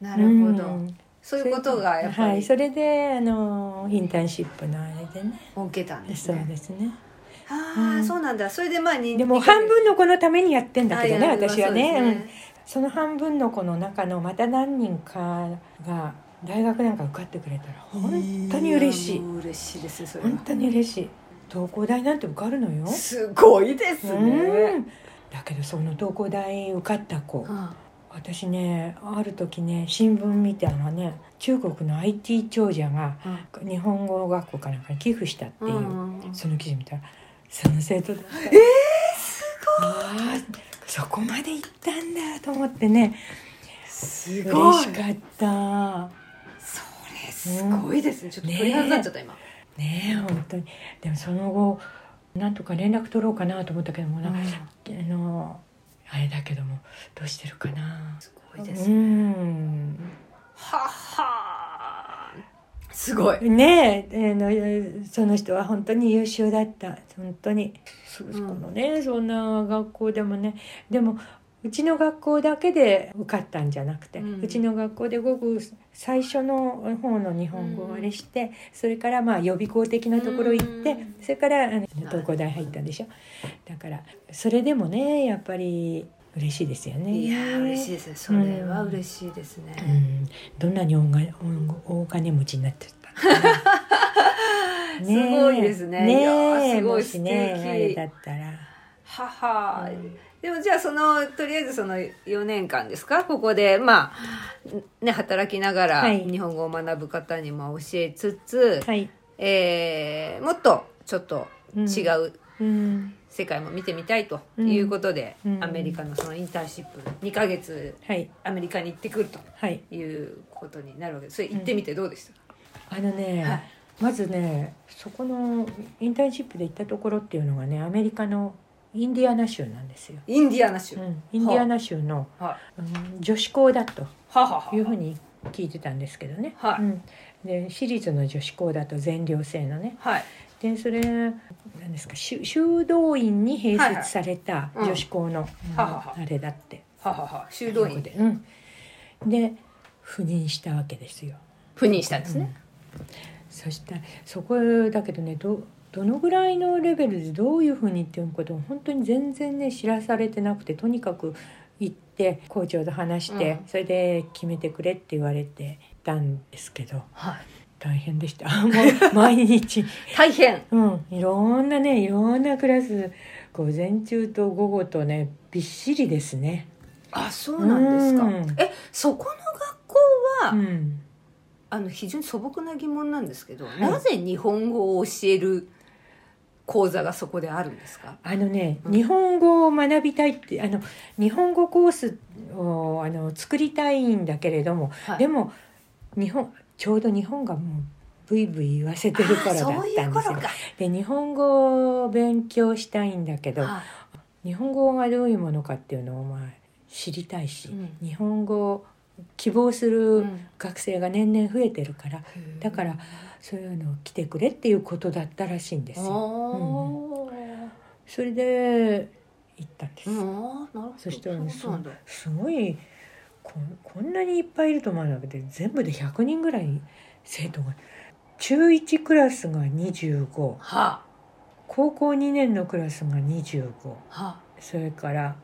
Speaker 1: なるほど、
Speaker 3: うん
Speaker 1: そういうことがやっぱ
Speaker 3: はい、
Speaker 1: り
Speaker 3: それであのインターンシップのあれでね
Speaker 1: 受けたんです
Speaker 3: そう
Speaker 1: ね
Speaker 3: ですね
Speaker 1: あ
Speaker 3: う
Speaker 1: あ
Speaker 3: ん
Speaker 1: そうなんだそれでまあに
Speaker 3: でも半分の子のためにやってんだけどね
Speaker 1: あいや
Speaker 3: 私はね
Speaker 1: まあそ
Speaker 3: そ
Speaker 1: ううです
Speaker 3: ん、その半分の子の中のまた何人かが大学なんか受かってくれたら本当に嬉し
Speaker 1: や
Speaker 3: い
Speaker 1: もう嬉しいですそれ
Speaker 3: 本当に嬉しい東工大なんて受かるのよ、
Speaker 1: はすごいです
Speaker 3: う
Speaker 1: ね
Speaker 3: んだけどその東工大受かった子
Speaker 1: うん
Speaker 3: 私ねある時ね新聞見たのはね中国の IT 長者が日本語学校かなんかに寄付したっていう、
Speaker 1: うん
Speaker 3: その記事見たらその生徒だったえー、すごいそこまで行ったんだと思ってね
Speaker 1: す
Speaker 3: 嬉
Speaker 1: ごい
Speaker 3: しかった
Speaker 1: それすごいですねちょっと鳥肌立っちゃった今
Speaker 3: ねえ本当にでもその後なんとか連絡取ろうかなと思ったけどもな、あのあれだけどもどうしてるかな
Speaker 1: すごいで
Speaker 3: う
Speaker 1: す
Speaker 3: ん
Speaker 1: はっはーすごい
Speaker 3: ねえ、えーのその人は本当に優秀だった本当にそ
Speaker 1: ん
Speaker 3: そこのね、そんな学校でもねでもうちの学校だけで受かったんじゃなくて、う
Speaker 1: うん
Speaker 3: ちの学校でごく最初の方の日本語をあれして、それからまあ予備校的なところ行って、
Speaker 1: うん
Speaker 3: それからあの東工大入ったんでしょだからそれでもねやっぱり嬉しいですよね。
Speaker 1: いやー嬉しいですねそれは嬉しいですね、
Speaker 3: うんどんなに大が大大金持ちになっちゃったのか な
Speaker 1: すごいですねいやー
Speaker 3: ねえ
Speaker 1: すご
Speaker 3: も
Speaker 1: い
Speaker 3: しね
Speaker 1: 素敵
Speaker 3: あれだったら、
Speaker 1: ははー、
Speaker 3: うん
Speaker 1: でもじゃあそのとりあえずその4年間ですかここでまあね働きながら
Speaker 3: はい
Speaker 1: 日本語を学ぶ方にも教えつつ、
Speaker 3: はい、
Speaker 1: えーもっとちょっと違う
Speaker 3: うん、
Speaker 1: 世界も見てみたいということで、
Speaker 3: うんうん
Speaker 1: アメリカのそのインターンシップ2ヶ月
Speaker 3: はい
Speaker 1: アメリカに行ってくると
Speaker 3: はい
Speaker 1: いうことになるわけですそれ行ってみてどうでした、
Speaker 3: あのね、
Speaker 1: はい
Speaker 3: まずねそこのインターンシップで行ったところっていうのがねアメリカのインディアナ州なんですよ、
Speaker 1: インディアナ州、
Speaker 3: う
Speaker 1: は
Speaker 3: ん、インディアナ州の、
Speaker 1: は
Speaker 3: うん女子校だと
Speaker 1: は
Speaker 3: いうふう
Speaker 1: は
Speaker 3: に聞いてたんですけどね、
Speaker 1: はい
Speaker 3: うん、で私立の女子校だと全寮制のね
Speaker 1: はい
Speaker 3: でそれなんですか修修道院に併設された
Speaker 1: はいはいうん
Speaker 3: 女子校の、うん
Speaker 1: ははは
Speaker 3: あれだって
Speaker 1: ははは修道院
Speaker 3: で
Speaker 1: で、
Speaker 3: うん、で赴任したわけですよ。
Speaker 1: 赴任したんですね、
Speaker 3: そしてそこだけどねどどのぐらいのレベルでどういうふうにっていうことを本当に全然ね知らされてなくてとにかく行って校長と話して、
Speaker 1: うん
Speaker 3: それで決めてくれって言われてたんですけど
Speaker 1: はい
Speaker 3: 大変でした。もう毎日
Speaker 1: 大変
Speaker 3: うん、いろんなねいろんなクラス午前中と午後とねびっしりですね。
Speaker 1: あそうなんですか、
Speaker 3: うん
Speaker 1: えそこの学校は、
Speaker 3: うん、
Speaker 1: あの非常に素朴な疑問なんですけど、
Speaker 3: い
Speaker 1: なぜ日本語を教える講座がそこであるんですか
Speaker 3: あのね、
Speaker 1: うん
Speaker 3: 日本語を学びたいってあの日本語コースをあの作りたいんだけれども、
Speaker 1: はい
Speaker 3: でも日本ちょうど日本がもうブイブイ言わせてる頃だったん
Speaker 1: あーそう
Speaker 3: で
Speaker 1: い
Speaker 3: すよ
Speaker 1: う頃か、
Speaker 3: で日本語を勉強したいんだけど
Speaker 1: は
Speaker 3: 日本語がどういうものかっていうのをまあ知りたいし、
Speaker 1: うん
Speaker 3: 日本語を希望す
Speaker 1: い
Speaker 3: る学生が年々増えてるから、
Speaker 1: うん
Speaker 3: だからそういうのを来てくれっていうことだったらしいんですよ。
Speaker 1: おー
Speaker 3: それで行ったんです。
Speaker 1: うんあーなるほど
Speaker 3: そしたらね
Speaker 1: そうなんだ
Speaker 3: すごいここんなにいっぱいいると思わなくて全部で100人ぐらい生徒が中1クラスが25高
Speaker 1: は
Speaker 3: 校2年のクラスが25
Speaker 1: あは
Speaker 3: それから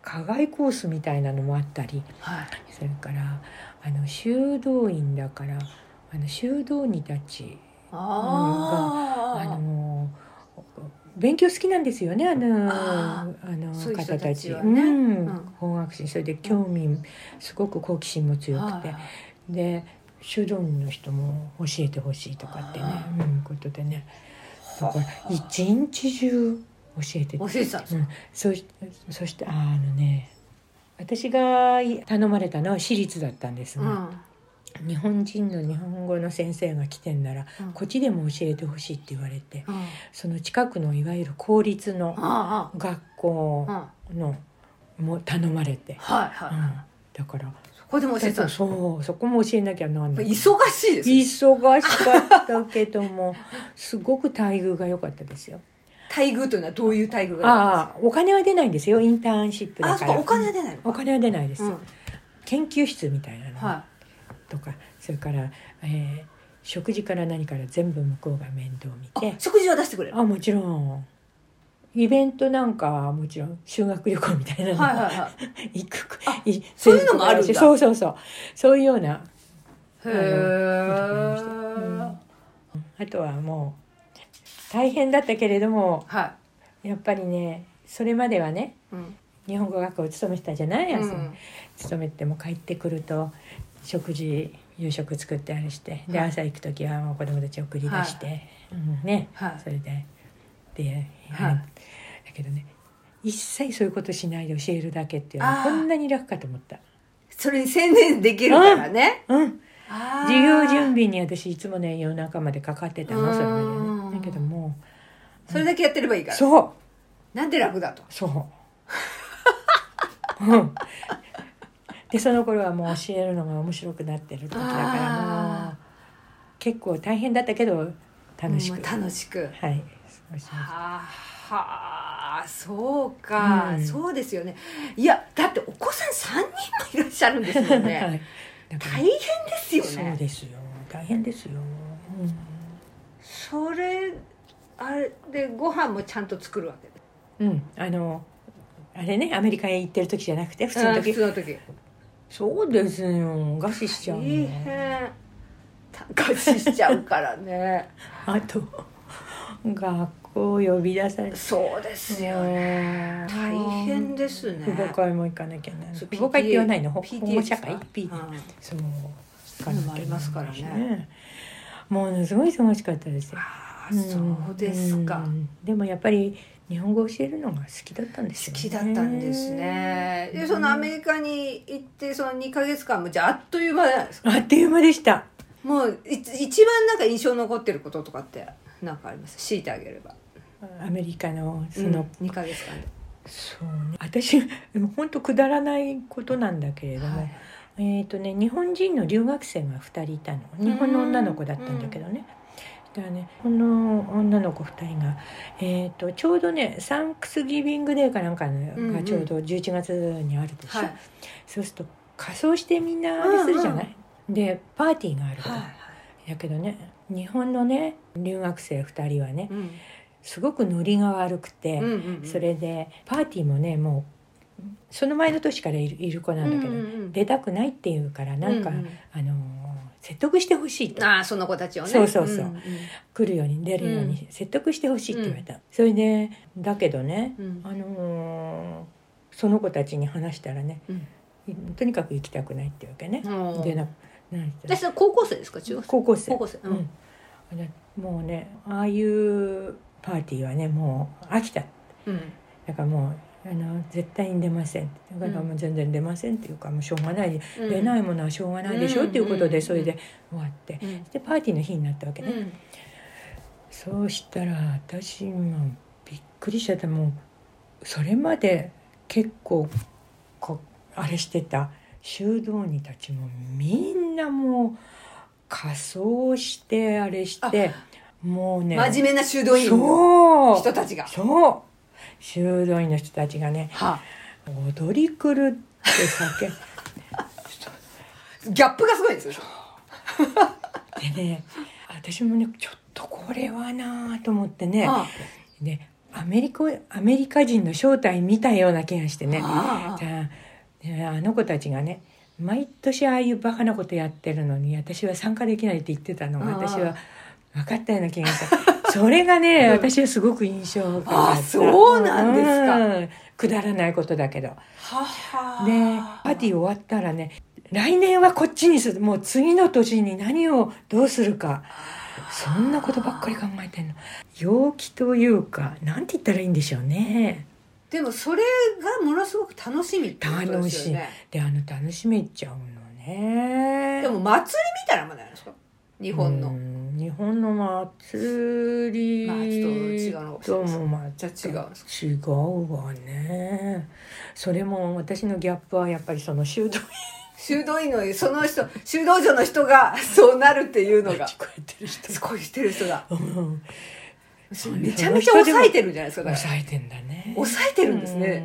Speaker 3: 課外コースみたいなのもあったり
Speaker 1: あはい
Speaker 3: それからあの修道院だからあの修道にたちあ
Speaker 1: あ
Speaker 3: の勉強好きなんですよねあのあ
Speaker 1: あ
Speaker 3: の
Speaker 1: そういう人
Speaker 3: 方た
Speaker 1: た
Speaker 3: ち
Speaker 1: ちはね
Speaker 3: う
Speaker 1: うんん、
Speaker 3: 法学心それで興味、すごく好奇心も強
Speaker 1: あ
Speaker 3: くて、で修道院の人も教えてほしいとかってね
Speaker 1: あ、
Speaker 3: うん、ことでねだから一日中教えてて
Speaker 1: 教えてたんですか
Speaker 3: うん、そしそしてああのね私がい頼まれたのは私立だったんです
Speaker 1: う
Speaker 3: が、
Speaker 1: ん
Speaker 3: 日本人の日本語の先生が来てんなら
Speaker 1: うん
Speaker 3: こっちでも教えてほしいって言われて
Speaker 1: うんあ
Speaker 3: その近くのいわゆる公立の
Speaker 1: あ
Speaker 3: 学校
Speaker 1: うん
Speaker 3: のも頼まれて、
Speaker 1: はいうは
Speaker 3: ん、だから
Speaker 1: いそこでも教えてたんですか
Speaker 3: そうそこも教えなきゃなんない
Speaker 1: 忙しいですね
Speaker 3: 忙しかったけどもすごく待遇が良かったですよ
Speaker 1: 待遇というのはどういう待遇があ
Speaker 3: ああお金は出ないんですよインターンシップ
Speaker 1: るん
Speaker 3: だ
Speaker 1: です
Speaker 3: か
Speaker 1: かあ
Speaker 3: ら
Speaker 1: そうかお金は出ないの
Speaker 3: お金は出ないですよ、
Speaker 1: うん
Speaker 3: 研究室みたいなの
Speaker 1: は
Speaker 3: とか、それから、えー食事から何から全部向こうが面倒見
Speaker 1: いあ
Speaker 3: て
Speaker 1: 食事は出してくれる
Speaker 3: あもちろんイベントなんかはもちろん修学旅行みたいなの
Speaker 1: はいはいはい
Speaker 3: 行く
Speaker 1: あ
Speaker 3: い
Speaker 1: そういうのもあるんだ
Speaker 3: そうそうそうそういうような
Speaker 1: へえ
Speaker 3: うんあとはもう大変だったけれども
Speaker 1: は
Speaker 3: やっぱりねそれまではね
Speaker 1: いうん
Speaker 3: 日本語学校を勤めてたじゃない、
Speaker 1: う
Speaker 3: 朝
Speaker 1: ん
Speaker 3: 勤めても帰ってくると食事夕食作ってあれしてで
Speaker 1: はい
Speaker 3: 朝行く時はもう子供たち送り出して、
Speaker 1: は
Speaker 3: うんね
Speaker 1: はい
Speaker 3: それでで、
Speaker 1: はい
Speaker 3: だけどね一切そういうことしないで教えるだけっていうのは
Speaker 1: あー
Speaker 3: こんなに楽かと思った。
Speaker 1: それに専念できるからね
Speaker 3: うん
Speaker 1: あー
Speaker 3: 授業準備に私いつもね夜中までかかってたのそれ
Speaker 1: う
Speaker 3: までね
Speaker 1: ん
Speaker 3: だけども
Speaker 1: それだけやってればいいから
Speaker 3: そう
Speaker 1: なんで楽だと
Speaker 3: そう、うん、でその頃はもう教えるのが面白くなってる時だから
Speaker 1: あー
Speaker 3: もう結構大変だったけど楽しく、
Speaker 1: うん楽しく
Speaker 3: はいそうしま
Speaker 1: あはあそうか、
Speaker 3: うん
Speaker 1: そうですよねいやだってお子さん3人もいらっしゃるんです
Speaker 3: す
Speaker 1: もん
Speaker 3: は
Speaker 1: ね
Speaker 3: いだから
Speaker 1: 大変ですよ
Speaker 3: そう
Speaker 1: ね
Speaker 3: ですよ大変ですよ、うん
Speaker 1: それあれでご飯もちゃんと作るわけです
Speaker 3: うん、あのあれねアメリカへ行ってる時じゃなくて普通
Speaker 1: あ
Speaker 3: の
Speaker 1: ー普
Speaker 3: 時
Speaker 1: 通の時
Speaker 3: そうですよ餓死しちゃうの
Speaker 1: 大変高ししちゃうからね
Speaker 3: あと学校呼び出され て
Speaker 1: そうですよね
Speaker 3: ね
Speaker 1: 大変ですね
Speaker 3: 父母会も行かなきゃならない
Speaker 1: そう
Speaker 3: 父母会って言わないの
Speaker 1: PTA
Speaker 3: 保保護者会
Speaker 1: です
Speaker 3: PT
Speaker 1: かうん
Speaker 3: そう行
Speaker 1: そういうのもありますからね
Speaker 3: ものすごい忙しかったですよ
Speaker 1: あーそうですか、
Speaker 3: うんでもやっぱり日本語を教えるのが好きだったんですよ
Speaker 1: 好き
Speaker 3: ね
Speaker 1: だったんですねでそのアメリカに行ってその2か月間もじゃああっという間じゃないですか
Speaker 3: あっという間でした
Speaker 1: もうい一番なんか印象残ってることとかってなんかあります強いてあげれば
Speaker 3: アメリカのそ
Speaker 1: その
Speaker 3: の、
Speaker 1: 2か月間で、
Speaker 3: そうね私でも本当くだらないことなんだけれども、
Speaker 1: はい
Speaker 3: えーとね、日本人の留学生が2人いたの日本の女の子だったんだけどね。だからね、この女の子2人が、えー、とちょうどねサンクスギビングデーかなんか
Speaker 1: うんう
Speaker 3: が
Speaker 1: ん
Speaker 3: ちょうど11月にあるでしょ、
Speaker 1: はい
Speaker 3: そうすると仮装してみんなあれするじゃない、でパーティーがあると、
Speaker 1: はい
Speaker 3: だけどね日本のね留学生2人はね
Speaker 1: うん
Speaker 3: すごくノリが悪くて、
Speaker 1: うんうんうん
Speaker 3: それでパーティーもねもうその前の年からいるいる子なんだけど、
Speaker 1: うんうんうん
Speaker 3: 出たくないっていうからなんか、
Speaker 1: うう
Speaker 3: あの説得してほしいと
Speaker 1: ああその子たちをね
Speaker 3: そうそうそうん来るように出るように説得してほしいって言われた、それでだけどね、
Speaker 1: うんうん
Speaker 3: あのーその子たちに話したらね
Speaker 1: うん
Speaker 3: とにかく行きたくないっていうわけね、
Speaker 1: うん
Speaker 3: でななん
Speaker 1: でそれ高校生ですか中学生
Speaker 3: 高校生
Speaker 1: 高校生、
Speaker 3: うん、でもうねああいうパーティーはねもう飽きた
Speaker 1: うん
Speaker 3: だからもうあの絶対に出ませんだからもう全然出ませんっていうかもうしょうがない、
Speaker 1: うん
Speaker 3: 出ないものはしょうがないでしょ、
Speaker 1: うん
Speaker 3: っていうこと
Speaker 1: うん
Speaker 3: でそれで終わって、
Speaker 1: うん
Speaker 3: でパーティーの日になったわけね、
Speaker 1: うん
Speaker 3: そうしたら私もびっくりしちゃったもうそれまで結構こあれしてた修道にたちもみんなもう仮装してあれしてもうね
Speaker 1: 真面目な修道院の
Speaker 3: そう
Speaker 1: 人たちが
Speaker 3: そう修道院の人たちがね
Speaker 1: はあ
Speaker 3: 「踊り狂って叫ん
Speaker 1: ギャップがすごいですよ
Speaker 3: でね 私もねちょっとこれはなあと思ってね、
Speaker 1: あ
Speaker 3: でアメリカアメリカ人の正体見たような気がしてね
Speaker 1: あ
Speaker 3: じゃあねあの子たちがね毎年ああいうバカなことやってるのに私は参加できないって言ってたのが
Speaker 1: ああ
Speaker 3: 私は分かったような気がしたそれがね、
Speaker 1: うん
Speaker 3: 私はすごく印象深
Speaker 1: あ
Speaker 3: か
Speaker 1: あ
Speaker 3: った
Speaker 1: そうなんですか
Speaker 3: うんくだらないことだけどで
Speaker 1: はは
Speaker 3: パーティー終わったらね来年はこっちにするもう次の年に何をどうするかそんなことばっかり考えてんの陽気というかなんて言ったらいいんでしょうね
Speaker 1: でもそれがものすごく楽しみってことですよね
Speaker 3: であの楽しめちゃうのね
Speaker 1: でも祭りみたいなもんじゃないですか日本
Speaker 3: う
Speaker 1: の
Speaker 3: ん日本の祭り
Speaker 1: まあちょっと違うのかもしれ
Speaker 3: と
Speaker 1: ないです
Speaker 3: もまた
Speaker 1: じゃあ違うんです
Speaker 3: 違うわねそれも私のギャップはやっぱりその修道
Speaker 1: 修道院のその人修道女の人がそうなるっていうの
Speaker 3: 院が
Speaker 1: が
Speaker 3: 聞こえてる人
Speaker 1: すごいしてる人が
Speaker 3: うん
Speaker 1: めちゃめちゃ抑えてるんじゃないですかだから
Speaker 3: 抑えてんだね
Speaker 1: 抑えてるんですね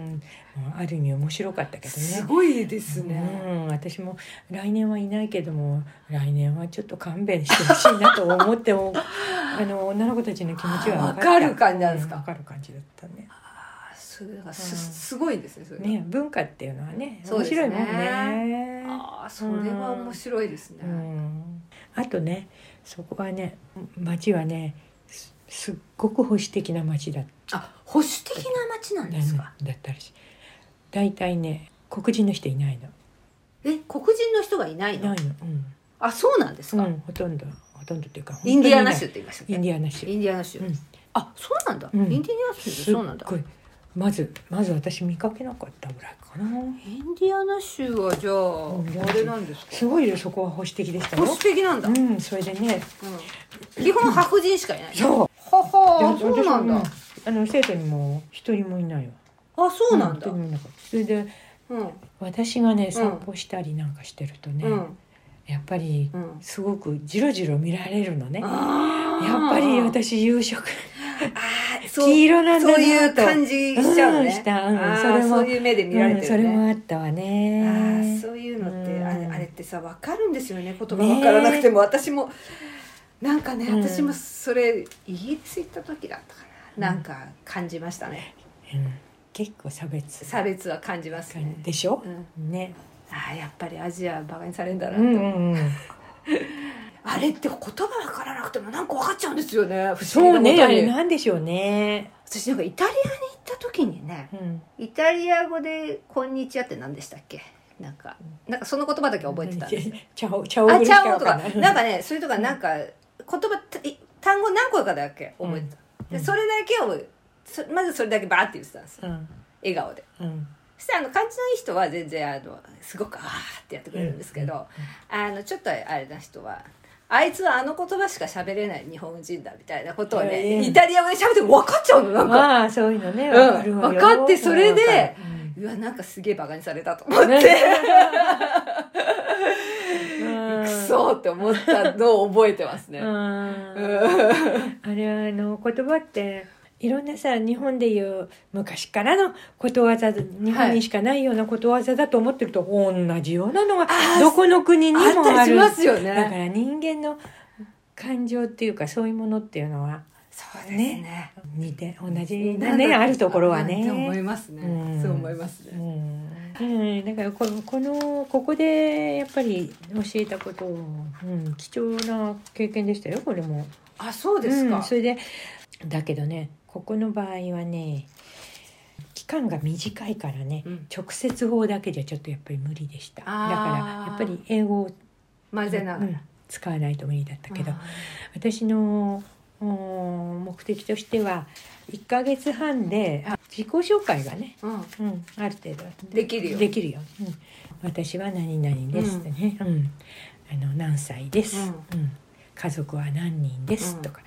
Speaker 3: うんもうある意味面白かったけどね
Speaker 1: すごいですね
Speaker 3: うん、私も来年はいないけども来年はちょっと勘弁してほしいなと思っても あの女の子たちの気持ち
Speaker 1: あ
Speaker 3: は分
Speaker 1: ー
Speaker 3: か
Speaker 1: わかる感じなんですか
Speaker 3: 分かる感じだったね
Speaker 1: あーそれだから
Speaker 3: うん
Speaker 1: すすごいですねそれ
Speaker 3: ね文化っていうのはね
Speaker 1: そう
Speaker 3: 面
Speaker 1: です
Speaker 3: 白
Speaker 1: ね
Speaker 3: いもんね
Speaker 1: ああそれは面白いですね
Speaker 3: うん、あとねそこはね街はねすすっごく保守的な街だっ
Speaker 1: あ保守的な街なん
Speaker 3: た
Speaker 1: ですか
Speaker 3: だったらしい大体ね黒人の人いないの
Speaker 1: え黒人の人がいない
Speaker 3: いな
Speaker 1: の
Speaker 3: いのうん
Speaker 1: あそうなんです
Speaker 3: う
Speaker 1: か
Speaker 3: ん、ほとんどほとんどっていうか
Speaker 1: インディアナ州
Speaker 3: 本
Speaker 1: って言いましたっ
Speaker 3: 当にい
Speaker 1: け
Speaker 3: ないインディアナ州
Speaker 1: インディアナ州
Speaker 3: うん
Speaker 1: あそうなんだイ
Speaker 3: うん
Speaker 1: ンディアナ州って
Speaker 3: すっ
Speaker 1: そうなんだ
Speaker 3: ごいまずまず私見かけなかったぐらいかな
Speaker 1: インディアナ州はじ
Speaker 3: ん
Speaker 1: ゃああれなんですか
Speaker 3: すごいよそこは保守的でした
Speaker 1: 保
Speaker 3: よ
Speaker 1: 守的なんだ、うん
Speaker 3: うんそれでね
Speaker 1: 基本白人しかいない
Speaker 3: そう
Speaker 1: はは
Speaker 3: で
Speaker 1: そうなんだ
Speaker 3: 私もあの生徒にも一人もいないわ
Speaker 1: あそうなんだ
Speaker 3: 一人もいなかったそれで
Speaker 1: うん
Speaker 3: 私がね散歩したりなんかしてるとね、
Speaker 1: うん
Speaker 3: やっぱり
Speaker 1: うん
Speaker 3: すごくジロジロ見られるのねやっ
Speaker 1: あー
Speaker 3: ぱり私夕食
Speaker 1: あーそう
Speaker 3: 黄色なんだなと
Speaker 1: そういう感じしちゃう
Speaker 3: うん
Speaker 1: ね、
Speaker 3: したうん
Speaker 1: あー
Speaker 3: それも
Speaker 1: そういう目で見られてるね、
Speaker 3: うんそれもあったわ
Speaker 1: あ
Speaker 3: ね
Speaker 1: ーそういうのって、あれ
Speaker 3: うん
Speaker 1: あれってさ分かるんですよね言葉分からなくても、私もなんかね、
Speaker 3: うん
Speaker 1: 私もそれイギリス行った時だったか
Speaker 3: うん
Speaker 1: な、なんか感じましたね
Speaker 3: うん結構差別
Speaker 1: 差別は感じますね
Speaker 3: でしょ
Speaker 1: う、ん、
Speaker 3: ね
Speaker 1: あーやっぱりアジアはバカにされんだな
Speaker 3: う
Speaker 1: って、
Speaker 3: んうんうん
Speaker 1: あれって言葉分からなくてもなんか分かっちゃうんですよね不
Speaker 3: そ
Speaker 1: 思
Speaker 3: う
Speaker 1: 議なこと
Speaker 3: ねあ
Speaker 1: に、
Speaker 3: れなんでしょうね
Speaker 1: 私なんかイタリアに行った時にね
Speaker 3: うん
Speaker 1: イタリア語で「こんにちは」って何でしたっけなんかなんかその言葉だけ覚えてたんですよ
Speaker 3: チャオチャオ
Speaker 1: あ、
Speaker 3: ぐらい
Speaker 1: ち
Speaker 3: しか
Speaker 1: ゃおうとか
Speaker 3: わ、ん
Speaker 1: な
Speaker 3: なんい
Speaker 1: かね、それとか、なんか、言葉、たい単語何個かだけ覚えてた。
Speaker 3: うん
Speaker 1: で、それだけを、そまずそれだけバーって言ってたんですよ。
Speaker 3: うん
Speaker 1: 笑顔で。
Speaker 3: うん
Speaker 1: そしたら、あの、感じのいい人は全然、あの、すごく、あーってやってくれるんですけど、あの、ちょっとあれな人は、あいつはあの言葉しか喋れない日本人だみたいなことを
Speaker 3: う
Speaker 1: ね、
Speaker 3: ん
Speaker 1: イタリア語で喋って分かっちゃうの、なんか。
Speaker 3: ああそういうのね
Speaker 1: うん
Speaker 3: わかるわよ
Speaker 1: わかってそれで
Speaker 3: うん
Speaker 1: うわ、なんかすげえバカにされたと思って、
Speaker 3: うん
Speaker 1: くそーって思ったのを覚えてますね。
Speaker 3: う
Speaker 1: うん
Speaker 3: んあれはあの言葉っていろんなさ日本でいう昔からのことわざ日本にしかないようなことわざだと思ってると、同じようなのが
Speaker 1: あー
Speaker 3: どこの国にも
Speaker 1: あった
Speaker 3: あ
Speaker 1: りし
Speaker 3: る
Speaker 1: ますよ
Speaker 3: だか
Speaker 1: ね。
Speaker 3: ら人間の感情っていうかそういうものっていうのは
Speaker 1: そうですね
Speaker 3: 似て同じだねあるところは
Speaker 1: なんて思
Speaker 3: ね。
Speaker 1: いますね、
Speaker 3: うん
Speaker 1: そう思います
Speaker 3: う
Speaker 1: ね、
Speaker 3: ん、うんだからここのここでやっぱり教えたことを、うん、貴重な経験でしたよこれも。
Speaker 1: あそうですか、
Speaker 3: うん、それでだけどねここの場合はね期間が短いからね、
Speaker 1: うん
Speaker 3: 直接法だけじゃちょっとやっぱり無理でしただ
Speaker 1: あー
Speaker 3: からやっぱり英語を
Speaker 1: 混ぜながら、
Speaker 3: うん使わないと無理だったけど、
Speaker 1: あ
Speaker 3: 私のううん目的としては1ヶ月半であ自己紹介がね、
Speaker 1: うん
Speaker 3: うん、ある程度
Speaker 1: できるよ
Speaker 3: できるよ、うん、私は何々ですってね、うんあの何歳です、
Speaker 1: う
Speaker 3: うん家族は何人です、
Speaker 1: うん
Speaker 3: とか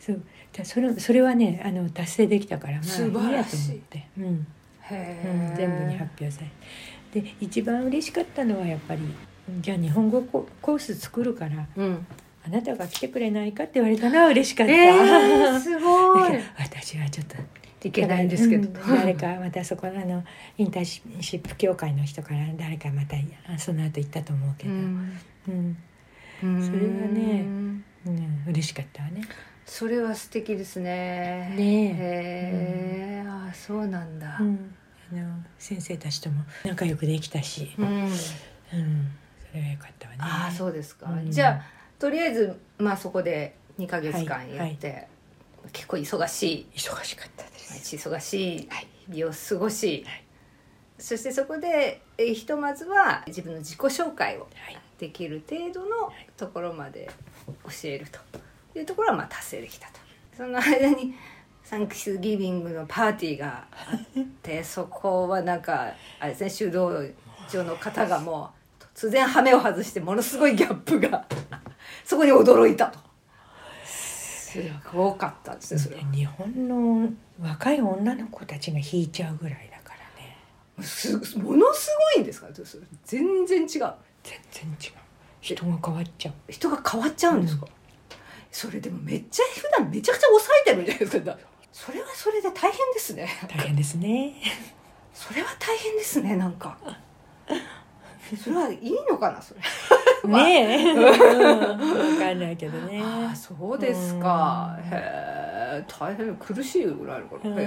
Speaker 3: そうじゃあそれそれはねあの達成できたからまあ
Speaker 1: 素晴らしい
Speaker 3: いやと思って、うん
Speaker 1: へ
Speaker 3: う
Speaker 1: え
Speaker 3: ん、全部に発表されで一番嬉しかったのはやっぱりじゃあ日本語ココース作るから
Speaker 1: うん
Speaker 3: あなたが来てくれないかって言われたのは嬉しかった、
Speaker 1: えー、すご
Speaker 3: だけ
Speaker 1: い
Speaker 3: ど私はちょっと
Speaker 1: いけないんですけど、
Speaker 3: うん誰かまたそこのあのインターンシップ協会の人から誰かまたあその後行ったと思うけ
Speaker 1: う
Speaker 3: ど、うん
Speaker 1: ん
Speaker 3: それは
Speaker 1: う
Speaker 3: ね
Speaker 1: ん
Speaker 3: うん嬉しかったわね
Speaker 1: それは素敵ですね
Speaker 3: ね
Speaker 1: へえ、ああそうなんだ
Speaker 3: うんあの先生たちとも仲良くできたし、
Speaker 1: うん、
Speaker 3: うん、それは良かったわね
Speaker 1: ああそうですか、
Speaker 3: うん
Speaker 1: じゃあとりあえずまあそこで2ヶ月間やって、結構忙しい
Speaker 3: 忙しかったです、
Speaker 1: 忙しい
Speaker 3: はい
Speaker 1: 日を過ごし、
Speaker 3: はい
Speaker 1: そしてそこでえーひとまずは自分の自己紹介を
Speaker 3: はい
Speaker 1: できる程度のところまで教えるというところはまあ達成できたとその間にサンクスギビングのパーティーがあ ってそこはなんかあれですね修道場の方がもう突然羽目を外してものすごいギャップがそこに驚いたとすごかったですねそれは
Speaker 3: 日本の若い女の子たちが引いちゃうぐらいだからね
Speaker 1: すものすごいんですからそれ全然違う
Speaker 3: 全然違う人が変わっちゃう
Speaker 1: 人が変わっちゃうんですか、それでもめっちゃ普段めちゃくちゃ抑えてるんじゃないですかそれはそれで大変ですね
Speaker 3: 大変です ね
Speaker 1: それは大変ですねなんかそれはいいのかなそれ
Speaker 3: ね えうん分かんないけどね
Speaker 1: ああそうですか
Speaker 3: うん
Speaker 1: へえ大変苦しいぐらいのか
Speaker 3: う
Speaker 1: なんへ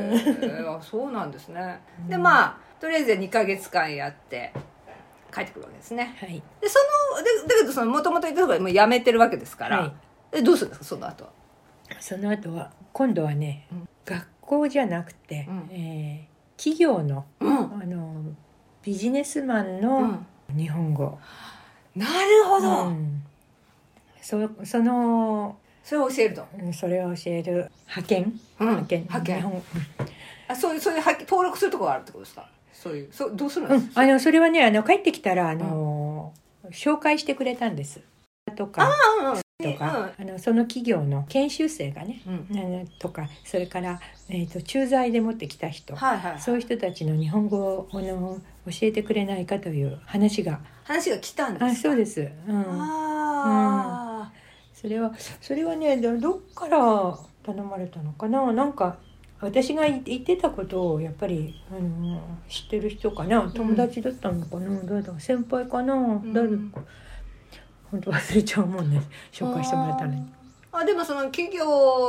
Speaker 1: えあそうなんですねでまあとりあえず2ヶ月間やって帰ってくるわけですね
Speaker 3: はい
Speaker 1: でそのでだけどそのもともといたところもう辞めてるわけですから、
Speaker 3: はい
Speaker 1: えどうするんですかその後は
Speaker 3: その後は今度はね、
Speaker 1: うん
Speaker 3: 学校じゃなくて、
Speaker 1: うん
Speaker 3: えー企業の
Speaker 1: うん
Speaker 3: あのビジネスマン
Speaker 1: う
Speaker 3: の
Speaker 1: ん
Speaker 3: 日本語、
Speaker 1: なるほど、
Speaker 3: うんそその
Speaker 1: それを教えると、
Speaker 3: うんそれを教える派遣
Speaker 1: うん、
Speaker 3: 派遣
Speaker 1: 派
Speaker 3: 日
Speaker 1: 遣
Speaker 3: 本
Speaker 1: あそういうそういう派遣登録するとこがあるってことですかそういうそうどうするん
Speaker 3: う
Speaker 1: です
Speaker 3: ん、あのそれはねあの帰ってきたらあの、紹介してくれたんですとか
Speaker 1: うんうん
Speaker 3: とか、あのその企業の研修生がね、
Speaker 1: うん
Speaker 3: あのとかそれから、えー、と駐在で持ってきた人、
Speaker 1: はいはい
Speaker 3: そういう人たちの日本語をあの教えてくれないかという話が
Speaker 1: 話が来たんです
Speaker 3: あそう
Speaker 1: で
Speaker 3: です、うん、
Speaker 1: あ
Speaker 3: それはそれはねどどっから頼まれたのかななんか私がい言ってたことをやっぱりあの知ってる人かな友達だったのかな、どうだ先輩かな、
Speaker 1: ん
Speaker 3: 誰か本当忘れちゃうもんね紹介してもらったのに
Speaker 1: あーあでもその企業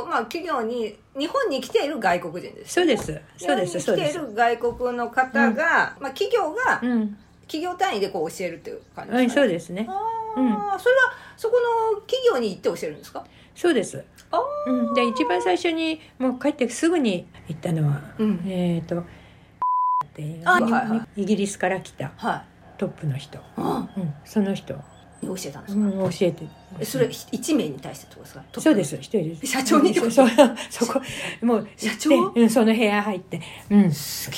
Speaker 1: まあ企業に日本に来ている外国人です
Speaker 3: そうですそうです
Speaker 1: 日
Speaker 3: そ
Speaker 1: 本
Speaker 3: う
Speaker 1: に来て
Speaker 3: で
Speaker 1: い
Speaker 3: す
Speaker 1: る外国の方が、まあ、企業が
Speaker 3: うん、
Speaker 1: 企業単位でこう教えるっていう感じ
Speaker 3: はい、
Speaker 1: か
Speaker 3: そ
Speaker 1: ね
Speaker 3: うですね
Speaker 1: あーそれはそこの企業に行って教えるんですか
Speaker 3: そうです
Speaker 1: あー
Speaker 3: うん、で一番最初にもう帰ってすぐに行ったのは、
Speaker 1: うん
Speaker 3: えっ、とっていう
Speaker 1: あはいは
Speaker 3: イギリスから来た
Speaker 1: はい
Speaker 3: トップの人、
Speaker 1: あ
Speaker 3: うん、その人、
Speaker 1: に教えたんです
Speaker 3: う
Speaker 1: か、
Speaker 3: ん、教えて
Speaker 1: えそれひ一名に対してってことですかトップ
Speaker 3: そうです一人です
Speaker 1: 社長にってこと
Speaker 3: そうそうそこもう
Speaker 1: 社長
Speaker 3: でうん、その部屋入ってうん
Speaker 1: す
Speaker 3: そ
Speaker 1: げ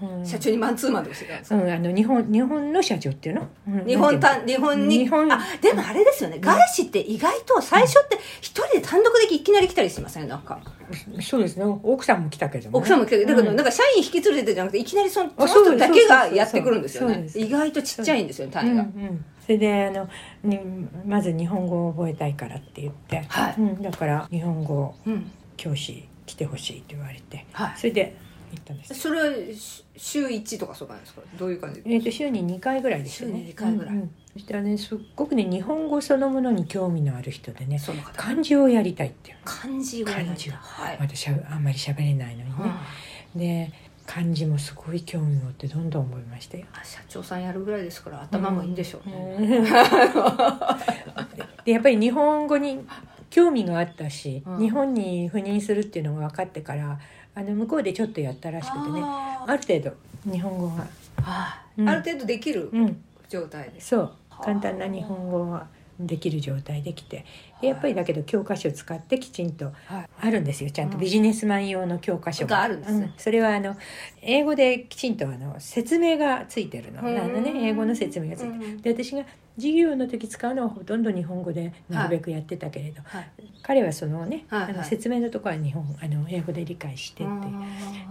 Speaker 3: う、うん、
Speaker 1: え社長にマンツーマンで教えたんですか、
Speaker 3: うん、あの日本日本の社長っていうの、うん
Speaker 1: 日本
Speaker 3: な
Speaker 1: 単
Speaker 3: んて
Speaker 1: 日本に
Speaker 3: 日本
Speaker 1: あでもあれですよね外資って意外と最初って一人で単独でいきなり来たりしませんなんか
Speaker 3: いうのそうですね奥さんも来たけどもね、
Speaker 1: 奥さんも来てだけど、
Speaker 3: うん
Speaker 1: なんか社員引き連れてじゃなくていきなりそのその
Speaker 3: あそう
Speaker 1: 人だけがやってくるんですよ
Speaker 3: そう
Speaker 1: ね
Speaker 3: ですそうで
Speaker 1: 意
Speaker 3: す
Speaker 1: 外とちっちゃいんですよね単位が、
Speaker 3: うんうん、それであのにまず日本語を覚えたいからって言って、
Speaker 1: はい
Speaker 3: うん、だから日本語
Speaker 1: うん
Speaker 3: 教師来てほしいって言われて
Speaker 1: は
Speaker 3: それで行ったんです
Speaker 1: い、それはし週一とかそうなんですかどういう感じで
Speaker 3: えー、と週に2回ぐらいですよね
Speaker 1: 週に2回ぐらい
Speaker 3: うんうんそしたらねすっごくね日本語そのものに興味のある人でね
Speaker 1: その方
Speaker 3: 漢字をやりたいっていう
Speaker 1: 漢字をやる
Speaker 3: 漢字を
Speaker 1: はい、
Speaker 3: まだしゃべあんまり喋れないのにね
Speaker 1: うん、あ
Speaker 3: で漢字もすごい興味持ってどんどん覚えましたよ
Speaker 1: 社長さんやるぐらいですから頭もいいんでしょうね、
Speaker 3: うん でやっぱり日本語に興味があったし、
Speaker 1: うん
Speaker 3: 日本に赴任するっていうのが分かってからあの向こうでちょっとやったらしくてねあ
Speaker 1: あー
Speaker 3: る程度日本語が
Speaker 1: あ
Speaker 3: うん
Speaker 1: ある程度できる
Speaker 3: うん
Speaker 1: 状態です。
Speaker 3: そう
Speaker 1: はあ
Speaker 3: 簡単な日本語はできる状態できてでやっぱりだけど教科書を使ってきちんと
Speaker 1: はい
Speaker 3: あるんですよちゃん
Speaker 1: う
Speaker 3: と
Speaker 1: ん
Speaker 3: ビジネスマン用の教科書
Speaker 1: があるんですね
Speaker 3: うそれはあの英語できちんとあの説明がついてるの
Speaker 1: うん
Speaker 3: なんだね英語の説明がついて
Speaker 1: うん
Speaker 3: るで私が授業の時使うのはほとんど日本語でなるべくやってたけれど、
Speaker 1: はい
Speaker 3: 彼はそのね、
Speaker 1: はいはい
Speaker 3: あの説明のところは日本あの英語で理解してっていう。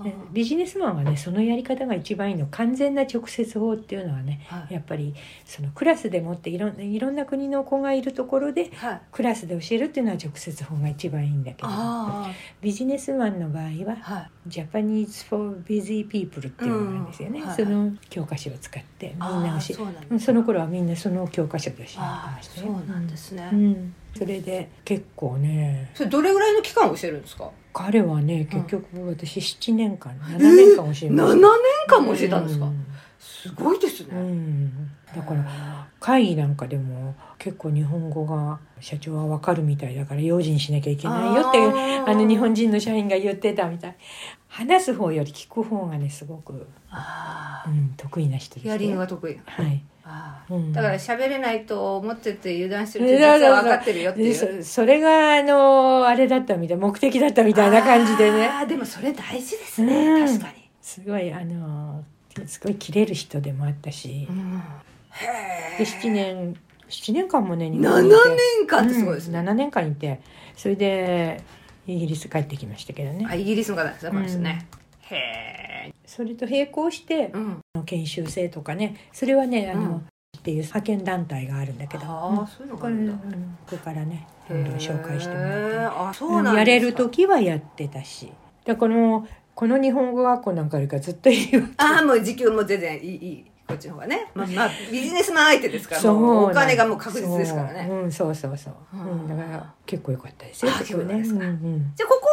Speaker 3: で
Speaker 1: は
Speaker 3: ビジネスマンはねそのやり方が一番いいの完全な直接法っていうのはね
Speaker 1: い
Speaker 3: やっぱりそのクラスでもっていろんいろんな国の子がいるところで
Speaker 1: はい
Speaker 3: クラスで教えるっていうのは直接法が一番いいんだけど
Speaker 1: あ
Speaker 3: ビジネスマンの場合
Speaker 1: あ
Speaker 3: は
Speaker 1: はい
Speaker 3: ジャパニーズ・フォー・ビジー・ピープルっていうのなんですよね、
Speaker 1: うんはい
Speaker 3: その教科書を使ってみん
Speaker 1: あ
Speaker 3: な
Speaker 1: あ
Speaker 3: 教え
Speaker 1: そうなん
Speaker 3: う
Speaker 1: で
Speaker 3: ん
Speaker 1: す
Speaker 3: その頃はみんなその教科書で教えて
Speaker 1: あ
Speaker 3: ま
Speaker 1: あ
Speaker 3: した
Speaker 1: そうなんですね、
Speaker 3: うん、それで結構ね
Speaker 1: それどれぐらいの期間教えるんですか
Speaker 3: 彼はね
Speaker 1: うん
Speaker 3: 結局私7年間7年間 教えま
Speaker 1: 7
Speaker 3: し
Speaker 1: 年
Speaker 3: た、
Speaker 1: 間も教えたんですか、すごいですね、
Speaker 3: うんうんだから会議なんかでも結構日本語が社長はわかるみたいだから用心しなきゃいけないよっていう
Speaker 1: あ
Speaker 3: あの日本人の社員が言ってたみたい話す方より聞く方がねすごく、
Speaker 1: あ
Speaker 3: う
Speaker 1: あ
Speaker 3: ん、得意な人です
Speaker 1: ヒアリングが得意な
Speaker 3: はい、
Speaker 1: ああ
Speaker 3: うん
Speaker 1: だから喋れないと思ってて油断してるって実は分かってるよってい
Speaker 3: で
Speaker 1: う
Speaker 3: そそれがあのあれだったみたい目的だったみたいな感じでね
Speaker 1: あーでもそれ大事ですね、
Speaker 3: うん
Speaker 1: 確かに、
Speaker 3: すごいあのすごい切れる人でもあったし、
Speaker 1: へ
Speaker 3: で7年7年間もね日
Speaker 1: 7
Speaker 3: にいて
Speaker 1: 年間ってすごいですね、
Speaker 3: うん7年間いてそれでイギリス帰ってきましたけどね、
Speaker 1: あイギリスの方ですねこの人ね、へえ
Speaker 3: それと並行して
Speaker 1: う、ん
Speaker 3: 研修生とかねそれはねあの、
Speaker 1: うん
Speaker 3: っていう派遣団体があるんだけど、
Speaker 1: あ
Speaker 3: う
Speaker 1: あ
Speaker 3: ん
Speaker 1: そういうの
Speaker 3: こ
Speaker 1: が
Speaker 3: こ
Speaker 1: ある
Speaker 3: れうん
Speaker 1: だ
Speaker 3: こからねどんどん紹介しても
Speaker 1: へ
Speaker 3: らって
Speaker 1: ーあそうなんですか
Speaker 3: やれる時はやってたしだからこのこの日本語学校なんかよりかずっといいわ
Speaker 1: ああもう時給も全然いいいいこっちの方がねまあ、まあ、ビジネスマン相手ですから
Speaker 3: そう
Speaker 1: もうお金がもう確実ですからね
Speaker 3: そう,、うん、そうそうそう、うん、だから結構良かったですよ
Speaker 1: あ
Speaker 3: そこね
Speaker 1: そうですか
Speaker 3: うんうん
Speaker 1: じゃあここ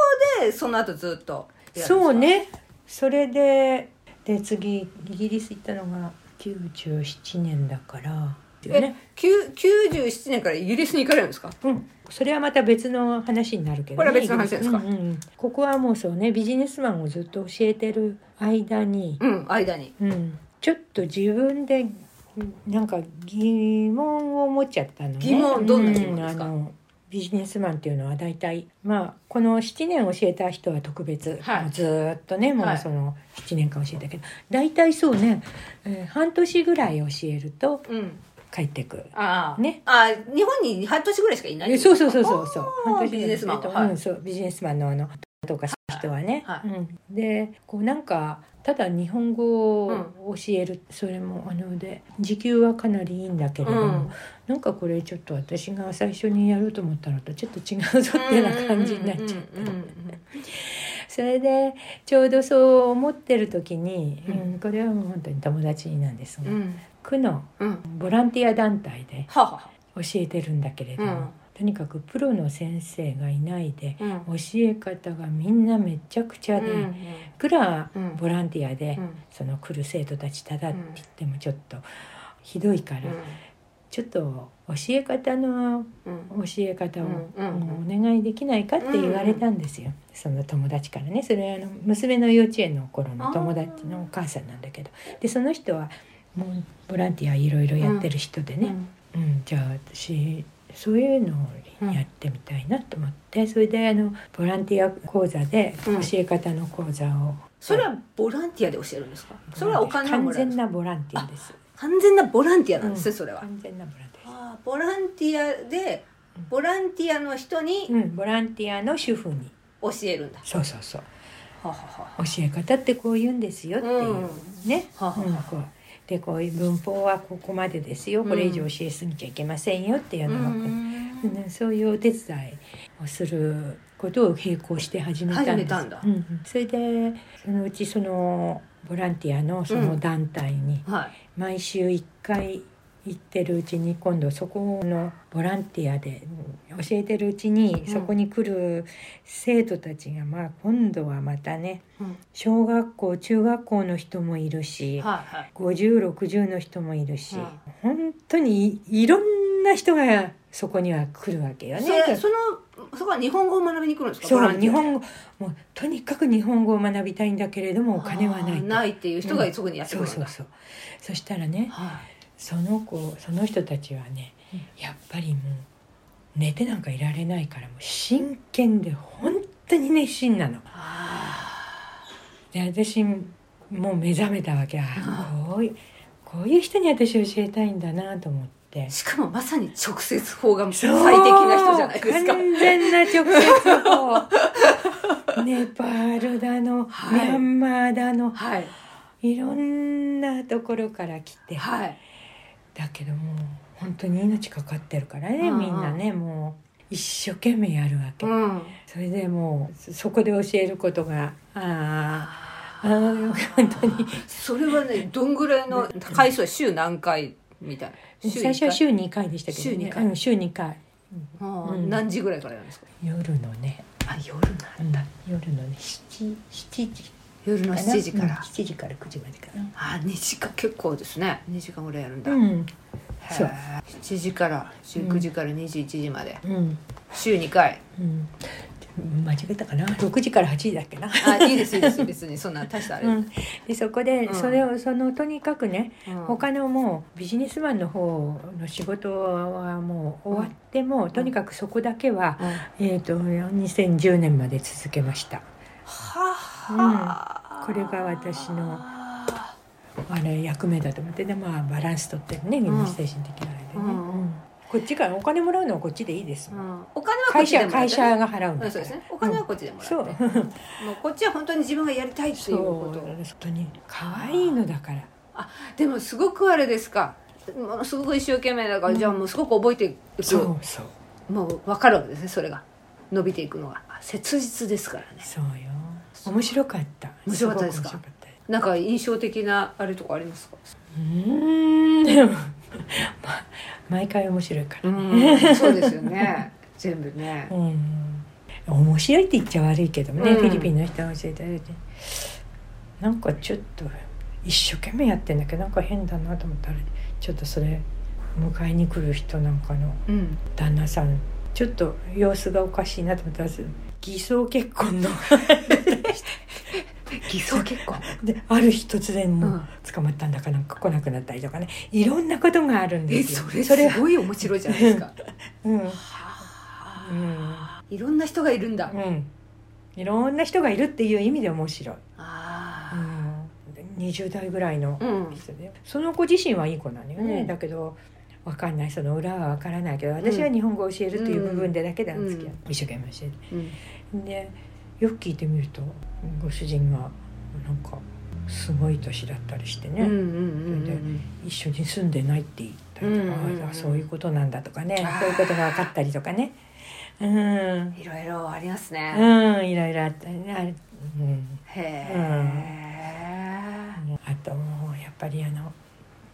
Speaker 1: でその後ずっとやるんですか
Speaker 3: そうねそれでで次イギリス行ったのが97年だから
Speaker 1: え、きゅ97年からイギリスに行かれるんですか
Speaker 3: うん、それはまた別の話になるけど、
Speaker 1: こ
Speaker 3: ね、
Speaker 1: れは別の話ですか
Speaker 3: うんうんここはもうそうねビジネスマンをずっと教えてる間に、
Speaker 1: うん間に
Speaker 3: うん、ちょっと自分でなんか疑問を持っちゃったのね
Speaker 1: 疑問どんな疑問ですか
Speaker 3: うんあのビジネスマンっていうのは大体まあこの7年教えた人は特別、
Speaker 1: はい
Speaker 3: もうずーっとねも
Speaker 1: は
Speaker 3: う
Speaker 1: い
Speaker 3: その7年間教えたけど、大体そうね、えー半年ぐらい教えると
Speaker 1: うん
Speaker 3: 帰ってくる
Speaker 1: ああ
Speaker 3: ね
Speaker 1: ああ日本に半年ぐらいしかいないん
Speaker 3: え
Speaker 1: です
Speaker 3: そう
Speaker 1: か
Speaker 3: そうそうそうそう
Speaker 1: あー
Speaker 3: 半年
Speaker 1: ビジネスマンは
Speaker 3: えっと
Speaker 1: はい
Speaker 3: うん、そうビジネスマンのあのとかする人はね、
Speaker 1: はい
Speaker 3: うん、でこうなんかただ日本語を教える、それもあので時給はかなりいいんだけれども、
Speaker 1: うん
Speaker 3: なんかこれちょっと私が最初にやろうと思ったのとちょっと違うぞってな感じになっちゃう
Speaker 1: うんうんうんうん
Speaker 3: それでちょうどそう思ってる時に、
Speaker 1: う
Speaker 3: うんんこれはもう本当に友達なんですが、
Speaker 1: うん
Speaker 3: 区の
Speaker 1: うん
Speaker 3: ボランティア団体で
Speaker 1: はあはあ
Speaker 3: 教えてるんだけれども、
Speaker 1: うん
Speaker 3: とにかくプロの先生がいないで
Speaker 1: うん
Speaker 3: 教え方がみんなめちゃくちゃで、
Speaker 1: うん
Speaker 3: いくら
Speaker 1: うん
Speaker 3: ボランティアで、
Speaker 1: うん
Speaker 3: その来る生徒たちただって言ってもちょっとひどいから、ちょっと教え方の
Speaker 1: うん
Speaker 3: 教え方を、
Speaker 1: うん
Speaker 3: もうお願いできないかって言われたんですよ、その友達からねそれはあの娘の幼稚園の頃の友達のお母さんなんだけどでその人はもうボランティアいろいろやってる人でね、
Speaker 1: うん
Speaker 3: うん、じゃあ私そういうのをやってみたいなと思って、それであのボランティア講座で
Speaker 1: う
Speaker 3: 教
Speaker 1: ん
Speaker 3: え方の講座を、
Speaker 1: それはボランティアで教えるんですかそれはお金を
Speaker 3: 完
Speaker 1: もらえるんですか
Speaker 3: 全なボランティアです
Speaker 1: 完全なボランティアなんですね
Speaker 3: うん
Speaker 1: それは
Speaker 3: 完全なボランティアで
Speaker 1: ああボランティアでボランティアの人
Speaker 3: す、
Speaker 1: に
Speaker 3: うん、ボランティアの主婦に
Speaker 1: 教えるんだ
Speaker 3: そうそうそう
Speaker 1: はあはあはあ
Speaker 3: 教え方ってこう言うんですよっていう、
Speaker 1: うん
Speaker 3: ね、
Speaker 1: はは
Speaker 3: うんこうでこういう文法はここまでですよこれ以上教えすぎちゃいけませんよっていうのを、ねそういうお手伝いをすることを並行して始めたんです
Speaker 1: 始めたんだ
Speaker 3: うんうんそれでそのうちそのボランティアのその団体に
Speaker 1: はい
Speaker 3: 毎週1回行ってるうちに今度そこのボランティアでうん教えてるうちに
Speaker 1: うん
Speaker 3: そこに来る生徒たちがまあ今度はまたね
Speaker 1: うん
Speaker 3: 小学校中学校の人もいるし
Speaker 1: はいはい
Speaker 3: 5060の人もいるし、
Speaker 1: うん
Speaker 3: 本当にいいろんな人がそこには来るわけよね。
Speaker 1: それそのそこは日本語を学びに来るんですか
Speaker 3: そ
Speaker 1: ボランティ
Speaker 3: う
Speaker 1: ア
Speaker 3: 日本語もうとにかく日本語を学びたいんだけれどもお金はない
Speaker 1: あ
Speaker 3: と
Speaker 1: ーないっていう人がそこにやって
Speaker 3: そ
Speaker 1: く
Speaker 3: う
Speaker 1: るん
Speaker 3: そう
Speaker 1: だ
Speaker 3: そうそしたらね
Speaker 1: は
Speaker 3: その子その人たちはね
Speaker 1: い
Speaker 3: やっぱりもう寝てなんかいられないからもう真剣で本当に熱心なの。で私もう目覚めたわけあこういこういう人に私教えたいんだなと思って。
Speaker 1: しかもまさに直接法が最適な人じゃないですか
Speaker 3: そう完全な 直接法ネパールだの、
Speaker 1: はい
Speaker 3: ミャンマーだの
Speaker 1: はい
Speaker 3: いろんなところから来て、
Speaker 1: はい
Speaker 3: だけどもう本当に命かかってるからね
Speaker 1: うんうん
Speaker 3: みんなねもう一生懸命やるわけ、
Speaker 1: うん
Speaker 3: それでもうそそこで教えることがあーあー本当に
Speaker 1: それはねどんぐらいの回数は週何回みたいな
Speaker 3: 最初は週2回でしたけど、ね、
Speaker 1: 週二回
Speaker 3: うん、週2回
Speaker 1: ああ
Speaker 3: うん
Speaker 1: 何時ぐらいからなんですか
Speaker 3: 夜のね、
Speaker 1: あ夜
Speaker 3: うん、夜のね7 7時
Speaker 1: 夜の
Speaker 3: かな
Speaker 1: 7時か
Speaker 3: うん
Speaker 1: ら
Speaker 3: 7時から9時までかな
Speaker 1: あ2時間結構ですね2時間ぐらいやるんだ
Speaker 3: うん
Speaker 1: へえ
Speaker 3: そう
Speaker 1: 7時から19時から21時まで
Speaker 3: うん
Speaker 1: 週2回
Speaker 3: うん間違えたかな6時から8時だっけな
Speaker 1: あいいですいいです別にそんな大したあれ
Speaker 3: うん、でそこで
Speaker 1: うん
Speaker 3: それを、そのとにかくね
Speaker 1: うん
Speaker 3: 他のもうビジネスマンの方の仕事はもう終わっても、とにかくそこだけは、
Speaker 1: うん
Speaker 3: えー、と2010年まで続けました
Speaker 1: はは、
Speaker 3: うんこれが私の
Speaker 1: あ
Speaker 3: あれ役目だと思ってでまあバランス取ってねみんな精神的なあれでね、
Speaker 1: うんうん
Speaker 3: こっちからお金もらうのはこっちでいいです
Speaker 1: ー、うんお金はこっ
Speaker 3: 会
Speaker 1: ちで
Speaker 3: 社
Speaker 1: もらっ
Speaker 3: 会
Speaker 1: て
Speaker 3: 社が払うん
Speaker 1: う
Speaker 3: だ
Speaker 1: ん、そう
Speaker 3: から
Speaker 1: ですねお金はこっちでもらって、
Speaker 3: そう
Speaker 1: もうこっちは本当に自分がやりたいって
Speaker 3: そ
Speaker 1: いううことを
Speaker 3: 本当に可愛いのだから
Speaker 1: でもすごくあれですかものすごく一生懸命だから、じゃあもうすごく覚えてい
Speaker 3: そ
Speaker 1: く
Speaker 3: うそう
Speaker 1: もう分かるわけですねそれが伸びていくのがあ切実ですからね
Speaker 3: そうよ面白かった
Speaker 1: 面白かったですか
Speaker 3: ごく面白った
Speaker 1: なんか印象的なあれとかありますか
Speaker 3: うーんでも、ま、毎回面白いから、
Speaker 1: うんそうですよ ね全部ね
Speaker 3: うん、面白いって言っちゃ悪いけどね、
Speaker 1: うん
Speaker 3: フィリピンの人が教えてあげてなんかちょっと一生懸命やってんだけどなんか変だなと思ったらちょっとそれ迎えに来る人なんかの
Speaker 1: うん
Speaker 3: 旦那さんちょっと様子がおかしいなと思ったら偽装結婚の
Speaker 1: 偽装結婚、
Speaker 3: である日突然
Speaker 1: う、
Speaker 3: もうん捕まったんだかなんか来なくなったりとかねいろんなことがあるんで
Speaker 1: え
Speaker 3: すよ
Speaker 1: それす
Speaker 3: は
Speaker 1: ごい面白いじゃないですか
Speaker 3: うん
Speaker 1: はあ
Speaker 3: うん
Speaker 1: いろんな人がいるんだ、
Speaker 3: うん、いろんな人がいるっていう意味で面白い、う
Speaker 1: あ
Speaker 3: ん、20代ぐらいの
Speaker 1: あうん
Speaker 3: 人で、その子自身はいい子なのよね、
Speaker 1: うん
Speaker 3: だけどわかんないその裏はわからないけど私は
Speaker 1: うん
Speaker 3: 日本語を教えるっていう部分でだけで付き合う、一生懸命教
Speaker 1: うん
Speaker 3: えてでよく聞いてみるとご主人がなんかすごい年だったりして
Speaker 1: うんうん
Speaker 3: ね、
Speaker 1: うんうん
Speaker 3: 一緒に住んでないって言ったりとか、
Speaker 1: うんうんうん
Speaker 3: あそういうことなんだとかね
Speaker 1: あー
Speaker 3: そういうことが分かったりとかねうん
Speaker 1: いろいろありますね、
Speaker 3: うん、いろいろあったね。あれうん、
Speaker 1: へ
Speaker 3: あともうやっぱりあの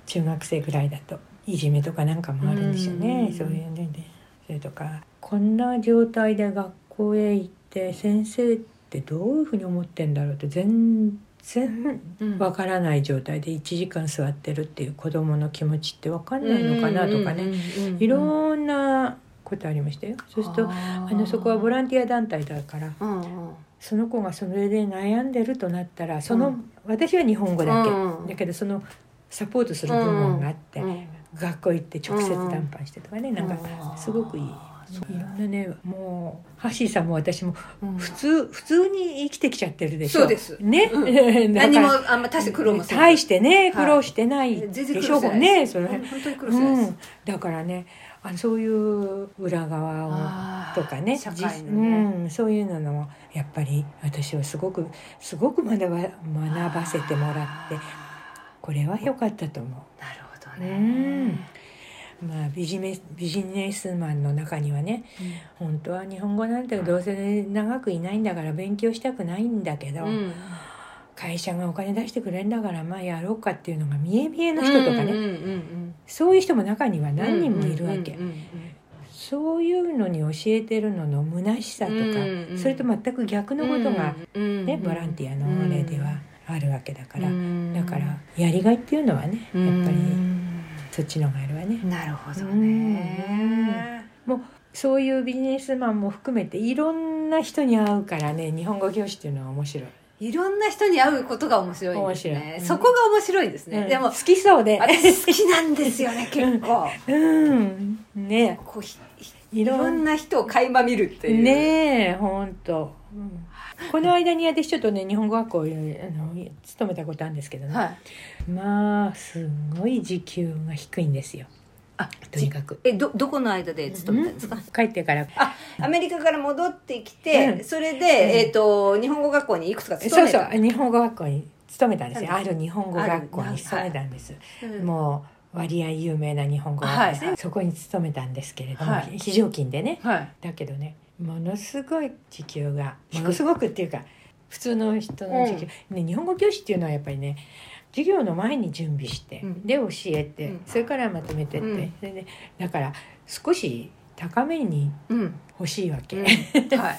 Speaker 3: 中学生ぐらいだといじめとかなんかもあるんですよね。
Speaker 1: うん
Speaker 3: そういうので、それとかこんな状態で学校へ行って先生ってどういうふうに思ってんだろうって全然
Speaker 1: え、うん
Speaker 3: わからない状態で1時間座ってるっていう子供の気持ちってわかんないのかなとかね。いろんなことありましたよ。そうすると
Speaker 1: あ
Speaker 3: あのそこはボ
Speaker 1: ラ
Speaker 3: ランティア団体だから。
Speaker 1: うんうん
Speaker 3: その子がそれで悩んでるとなったらその、
Speaker 1: うん
Speaker 3: 私は日本語だけ、
Speaker 1: うん
Speaker 3: だけどそのサポートする部門があって、
Speaker 1: うん
Speaker 3: 学校行って直接談判してとかね、なんか
Speaker 1: うん
Speaker 3: すごくいい。
Speaker 1: そう
Speaker 3: いろんなねもうハッシーさんも私も
Speaker 1: うん
Speaker 3: 普通普通に生きてきちゃってるでしょ
Speaker 1: そうです
Speaker 3: ね、
Speaker 1: う
Speaker 3: だから
Speaker 1: 何もあんま大して苦労もせず
Speaker 3: 大してね
Speaker 1: はい
Speaker 3: 苦労してない
Speaker 1: 全然
Speaker 3: で
Speaker 1: 苦
Speaker 3: しょ
Speaker 1: 労
Speaker 3: う
Speaker 1: せ
Speaker 3: も
Speaker 1: なんい
Speaker 3: ね
Speaker 1: です
Speaker 3: それ、
Speaker 1: うん本当に苦労せないで
Speaker 3: う
Speaker 1: す
Speaker 3: ん、だからねあのそういう裏側を
Speaker 1: あー
Speaker 3: とかね
Speaker 1: 社会のね
Speaker 3: じうん、そういうのもやっぱり私はすごくすごく学ば学ばせてもらってこれは良かったと思
Speaker 1: なるほど
Speaker 3: う、
Speaker 1: ね
Speaker 3: うんまあ、ビジネスビジネスマンの中にはね本当は日本語なんてどうせ長くいないんだから勉強したくないんだけど、
Speaker 1: うん
Speaker 3: 会社がお金出してくれるんだからまあやろうかっていうのが見え見えの人と
Speaker 1: う
Speaker 3: かね、
Speaker 1: んうんうん
Speaker 3: そういう人も中には
Speaker 1: うん
Speaker 3: 何人もいるわけ、
Speaker 1: うんうんうんうん
Speaker 3: そういうのに教えてるのの虚しさとか、
Speaker 1: うんうん
Speaker 3: それと全く逆のことが、ねボランティアのあれではあるわけだから、だからやりがいっていうのはねやっぱりそっちのがあるわね。
Speaker 1: なるほどね
Speaker 3: そういうビジネスマンも含めていろんな人に会うからね日本語教師っていうのは面白い。
Speaker 1: いろんな人に会うことが面白いです
Speaker 3: 面白い
Speaker 1: ね、
Speaker 3: うん
Speaker 1: そこが面白いですね、
Speaker 3: うん
Speaker 1: でも
Speaker 3: 好きそうで
Speaker 1: 私好きなんですよね結構
Speaker 3: うんね
Speaker 1: こうひひ
Speaker 3: い
Speaker 1: いろ
Speaker 3: ろん
Speaker 1: んな人を垣間見るっていう
Speaker 3: ねえほんと、うんこの間に私ちょっとね日本語学校あの勤めたことあるんですけどね、
Speaker 1: はい
Speaker 3: まあすごい時給が低いんですよ
Speaker 1: あ
Speaker 3: とにかく。
Speaker 1: えどどこの間で勤めたんですか、
Speaker 3: 帰ってから
Speaker 1: あアメリカから戻ってきて、
Speaker 3: うん
Speaker 1: それで、
Speaker 3: ん
Speaker 1: えっと日本語学校にいくつか勤
Speaker 3: そう
Speaker 1: めた
Speaker 3: そう日本語学校に勤めたんですよある日本語学校
Speaker 1: ある
Speaker 3: に勤めたんです、
Speaker 1: うん
Speaker 3: もう割合有名な日本語学校ですね、
Speaker 1: はい
Speaker 3: そこに勤めたんですけれども、
Speaker 1: はい
Speaker 3: 非常勤でね
Speaker 1: はい
Speaker 3: だけどねものすごい時給がものすごくっていうか普通の人の時給、ね、日本語教師っていうのはやっぱりね授業の前に準備して、
Speaker 1: うん
Speaker 3: で教えて、
Speaker 1: うん
Speaker 3: それからまとめてって、
Speaker 1: うん
Speaker 3: それでだから少し高めに
Speaker 1: うん、
Speaker 3: 欲しいわけ、
Speaker 1: うん
Speaker 3: ち
Speaker 1: はい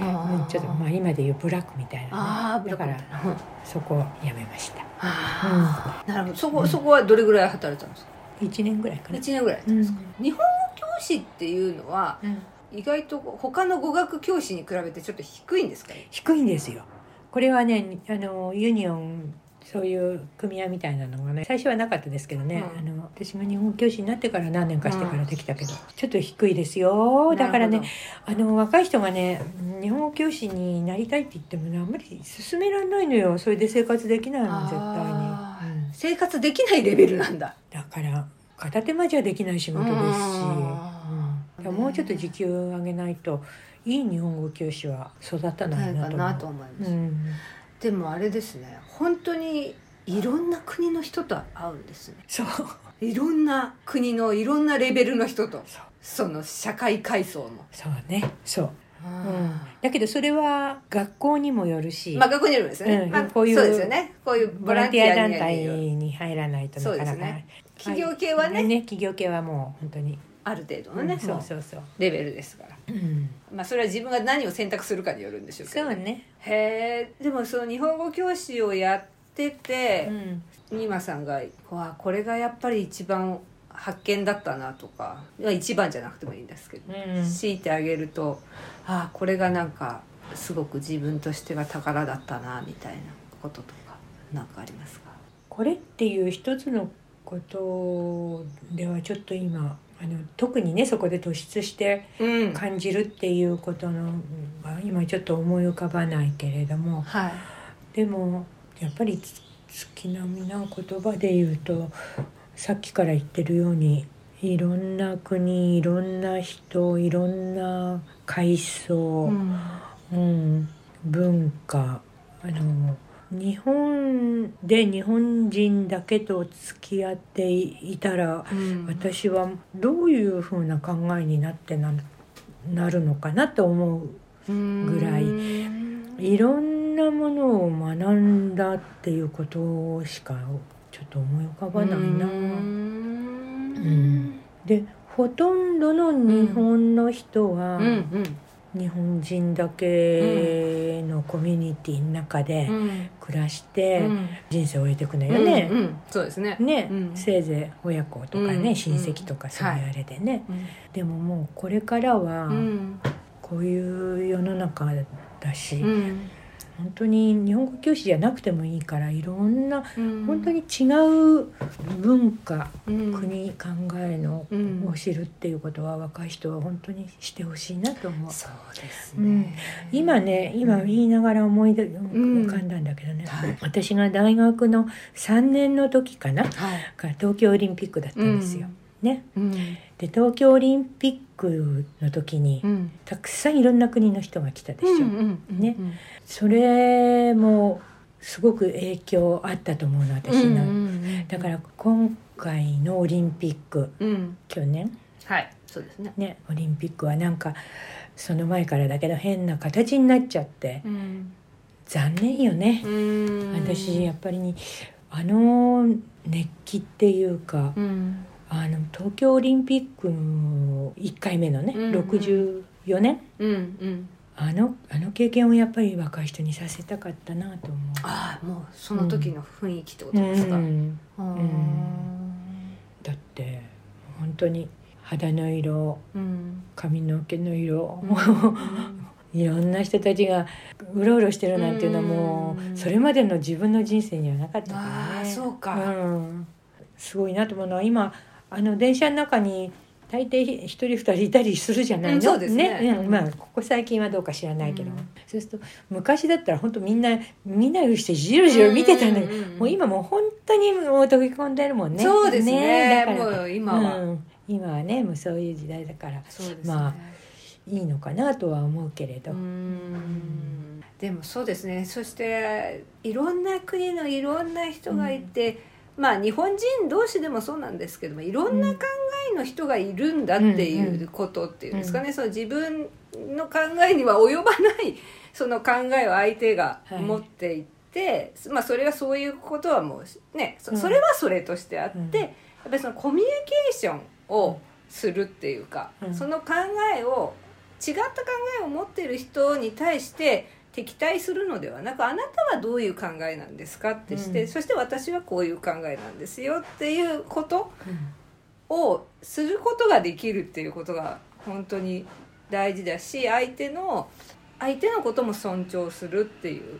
Speaker 1: あー
Speaker 3: ょっとまあ今でいうブラックみたいな
Speaker 1: あ
Speaker 3: ね、
Speaker 1: ー
Speaker 3: だから
Speaker 1: ブラックみたいなうん
Speaker 3: そこを辞めました
Speaker 1: あーなるほどそこそこはどれぐらい働いたんですか
Speaker 3: 1年ぐらいかな
Speaker 1: 1、年ぐらい
Speaker 3: うん
Speaker 1: 教師っていうのは
Speaker 3: うん
Speaker 1: 意外と他の語学教師に比べてちょっと低いんですかね
Speaker 3: 低いんですよこれはねあのユニオンそういう組合みたいなのがね最初はなかったですけどね、
Speaker 1: うん
Speaker 3: あの私も日本教師になってから何年かしてからできたけど、ちょっと低いですよだからねあの若い人がね日本語教師になりたいって言ってもねあんまり進められないのよそれで生活できないもん絶
Speaker 1: あー
Speaker 3: 対に、うん
Speaker 1: 生活できないレベルなんだ
Speaker 3: だから片手間じゃできない仕事ですし、
Speaker 1: うん
Speaker 3: うんでももうちょっと時給を上げないといい日本語教師は育たな
Speaker 1: ないいか
Speaker 3: なと
Speaker 1: な
Speaker 3: 思う
Speaker 1: と思います、
Speaker 3: うん
Speaker 1: でもあれですね本当にいろんな国の人と会うんですね
Speaker 3: そう
Speaker 1: いろんな国のいろんなレベルの人と
Speaker 3: そう
Speaker 1: その社会階層の、
Speaker 3: そうねそう、う
Speaker 1: うん
Speaker 3: ん、だけどそれは学校にもよるし、
Speaker 1: まあ学校にいるんですよね、
Speaker 3: うん
Speaker 1: まあ、
Speaker 3: こういう
Speaker 1: そうですよねこういう
Speaker 3: ボ
Speaker 1: ボ
Speaker 3: ラ
Speaker 1: ラ
Speaker 3: ン
Speaker 1: ン
Speaker 3: テ
Speaker 1: テ
Speaker 3: ィ
Speaker 1: ィ
Speaker 3: ア
Speaker 1: ア
Speaker 3: 団
Speaker 1: に
Speaker 3: 体
Speaker 1: はね
Speaker 3: に入らないとなかなか
Speaker 1: そうですね企業系はね,、
Speaker 3: 企業系はもう本当に、
Speaker 1: ある程度のね、
Speaker 3: うんそ
Speaker 1: も
Speaker 3: う
Speaker 1: う
Speaker 3: そうそう、
Speaker 1: レベルですから、
Speaker 3: うん、
Speaker 1: まあ、それは自分が何を選択するかによるんでしょうけ
Speaker 3: そ
Speaker 1: ど
Speaker 3: うね、
Speaker 1: へえでもその日本語教師をやってて、
Speaker 3: ん、
Speaker 1: ニーマさんが「わあこれがやっぱり一番発見だったな」とかまあ一番じゃなくてもいいんですけど、
Speaker 3: うん
Speaker 1: 強いてあげると「ああこれがなんかすごく自分としては宝だったな」みたいなこととかなんかありますか
Speaker 3: これっていう一つのことではちょっと今あの特にねそこで突出して
Speaker 1: うん
Speaker 3: 感じるっていうことのが今ちょっと思い浮かばないけれども、
Speaker 1: はい
Speaker 3: でもやっぱりつ月並みな言葉で言うとさっきから言ってるようにいろんな国いろんな人いろんな階層、うん文化あの日本で日本人だけと付き合っていたら
Speaker 1: うん
Speaker 3: 私はどういうふうな考えになってななるのかなと思うぐらい
Speaker 1: うん
Speaker 3: いろんなものを学んだっていうことしかちょっと思い浮かばないな。
Speaker 1: うん
Speaker 3: うんでほとんどの日本の人は、
Speaker 1: うんうん
Speaker 3: 日本人だけのコミュニティの中で
Speaker 1: うん
Speaker 3: 暮らして
Speaker 1: うん
Speaker 3: 人生を終えていくのよね。
Speaker 1: うんうんそうですね
Speaker 3: ね
Speaker 1: うん
Speaker 3: せいぜい親子とかね、
Speaker 1: うん
Speaker 3: 親戚とかそういうあれでね、
Speaker 1: うん
Speaker 3: でももうこれからは
Speaker 1: うん
Speaker 3: こういう世の中だし、
Speaker 1: うん
Speaker 3: 本当に日本語教師じゃなくてもいいからいろんな
Speaker 1: うん
Speaker 3: 本当に違う文化、
Speaker 1: うん
Speaker 3: 国考えの
Speaker 1: うん
Speaker 3: を知るっていうことは若い人は本当にしてほしいなと思う。
Speaker 1: そうです
Speaker 3: うん
Speaker 1: ね、
Speaker 3: 今ね今言いながら思い出
Speaker 1: ん
Speaker 3: 浮かんだんだけどね、
Speaker 1: はい
Speaker 3: 私が大学の3年の時かな
Speaker 1: はい
Speaker 3: が東京オリンピックだったんですよ。ね、
Speaker 1: うん
Speaker 3: で東京オリンピックの時に
Speaker 1: うん
Speaker 3: たくさんいろんな国の人が来たでしょ。
Speaker 1: うんうん
Speaker 3: ねそれもすごく影響あったと思うの私の、
Speaker 1: うん
Speaker 3: だから今回のオリンピック
Speaker 1: うん
Speaker 3: 去年
Speaker 1: はいそうですね
Speaker 3: ねオリンピックはなんかその前からだけど変な形になっちゃって
Speaker 1: うん
Speaker 3: 残念よね、私やっぱりにあの熱気っていうか、
Speaker 1: うん
Speaker 3: あの東京オリンピックの1回目のね、
Speaker 1: うんうん
Speaker 3: 64年
Speaker 1: うんうん
Speaker 3: あのあの経験をやっぱり若い人にさせたかったなと思う。
Speaker 1: ああもうその時の雰囲気ってこと
Speaker 3: う
Speaker 1: ですか
Speaker 3: ん
Speaker 1: あー
Speaker 3: だって本当に肌の色
Speaker 1: うん
Speaker 3: 髪の毛の色、
Speaker 1: うん
Speaker 3: いろんな人たちがうろうろしてるなんていうのはも
Speaker 1: うん
Speaker 3: うそれまでの自分の人生にはなかったから
Speaker 1: ああ
Speaker 3: ね。
Speaker 1: そうか、
Speaker 3: うん、すごいなと思うのは今あの電車の中に大抵ひ一人二人いたりするじゃないの、
Speaker 1: うんそうですね
Speaker 3: うんまあここ最近はどうか知らないけど、
Speaker 1: うん
Speaker 3: そうすると昔だったら本当みんなみんなよしてじろじろ見てたんだけど、
Speaker 1: うんうんうんうん
Speaker 3: もう今もう本当にもう溶け込んでるもんね
Speaker 1: そうですね
Speaker 3: だから
Speaker 1: もう今は、
Speaker 3: うん今はねもうそういう時代だから
Speaker 1: そうですね、
Speaker 3: まあいいのかなとは思うけれど、
Speaker 1: うーんでもそうですねそしていろんな国のいろんな人がいて、まあ日本人同士でもそうなんですけどもいろんな考えの人がいるんだっていうことっていうんですかね、その自分の考えには及ばない その考えを相手が
Speaker 3: はい
Speaker 1: 持っていて、まあそれはそういうことはもうねそ
Speaker 3: うん
Speaker 1: それはそれとしてあって、
Speaker 3: うん
Speaker 1: やっぱりそのコミュニケーションをするっていうか、
Speaker 3: うん
Speaker 1: その考えを違った考えを持っている人に対して敵対するのではなくあなたはどういう考えなんですかってして、
Speaker 3: うん
Speaker 1: そして私はこういう考えなんですよっていうこと
Speaker 3: うん
Speaker 1: をすることができるっていうことが本当に大事だし相手の相手のことも尊重するっていう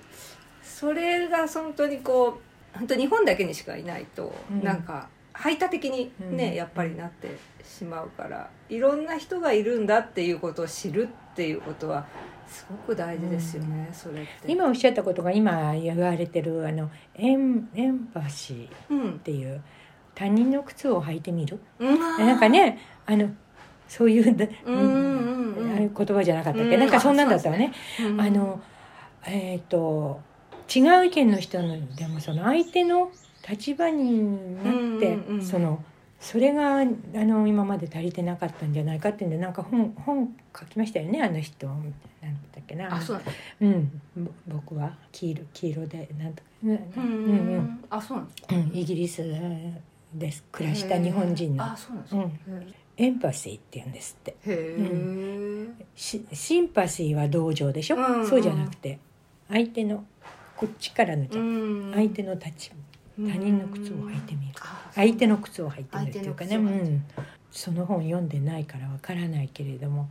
Speaker 1: それが本当にこう本当日本だけにしかいないと、
Speaker 3: うん
Speaker 1: なんか排他的にね、
Speaker 3: うん
Speaker 1: やっぱりなってしまうからいろんな人がいるんだっていうことを知るっていうことはすごく大事ですよね、それって。
Speaker 3: 今おっしゃったことが今言われてるあのエンエンパシ
Speaker 1: う
Speaker 3: ー。
Speaker 1: ん
Speaker 3: っていう他人の靴を履いてみる
Speaker 1: うん、
Speaker 3: なんかねあのそういうだ
Speaker 1: うんうんうん
Speaker 3: あれ言葉じゃなかったっけ、
Speaker 1: うん
Speaker 3: なんかそんなんだったわね
Speaker 1: うん、
Speaker 3: あのえっ、と違う意見の人のでもその相手の立場になって、
Speaker 1: うんうんうん
Speaker 3: そのそれがあの今まで足りてなかったんじゃないかっていうんでなんか本本書きましたよねあの人なんだったっけな
Speaker 1: あそうなんだ
Speaker 3: うん、ぼ僕は黄色黄色でなんとか、
Speaker 1: うんあそうなんだ
Speaker 3: うんイギリスです暮らした日本人の
Speaker 1: あ、そうなんです
Speaker 3: う
Speaker 1: か
Speaker 3: ん、エンパシーって言うんですって
Speaker 1: へえ、
Speaker 3: うシシンパシーは同情でしょ、
Speaker 1: うんうん
Speaker 3: そうじゃなくて相手のこっちからのじゃん、
Speaker 1: ん
Speaker 3: 相手の立場
Speaker 1: うん
Speaker 3: 他人の靴を履いてみる
Speaker 1: あ
Speaker 3: 相手の靴を履いてみるっていうかね、う
Speaker 1: 相手の靴を履いて
Speaker 3: ん、その本読んでないからわからないけれども、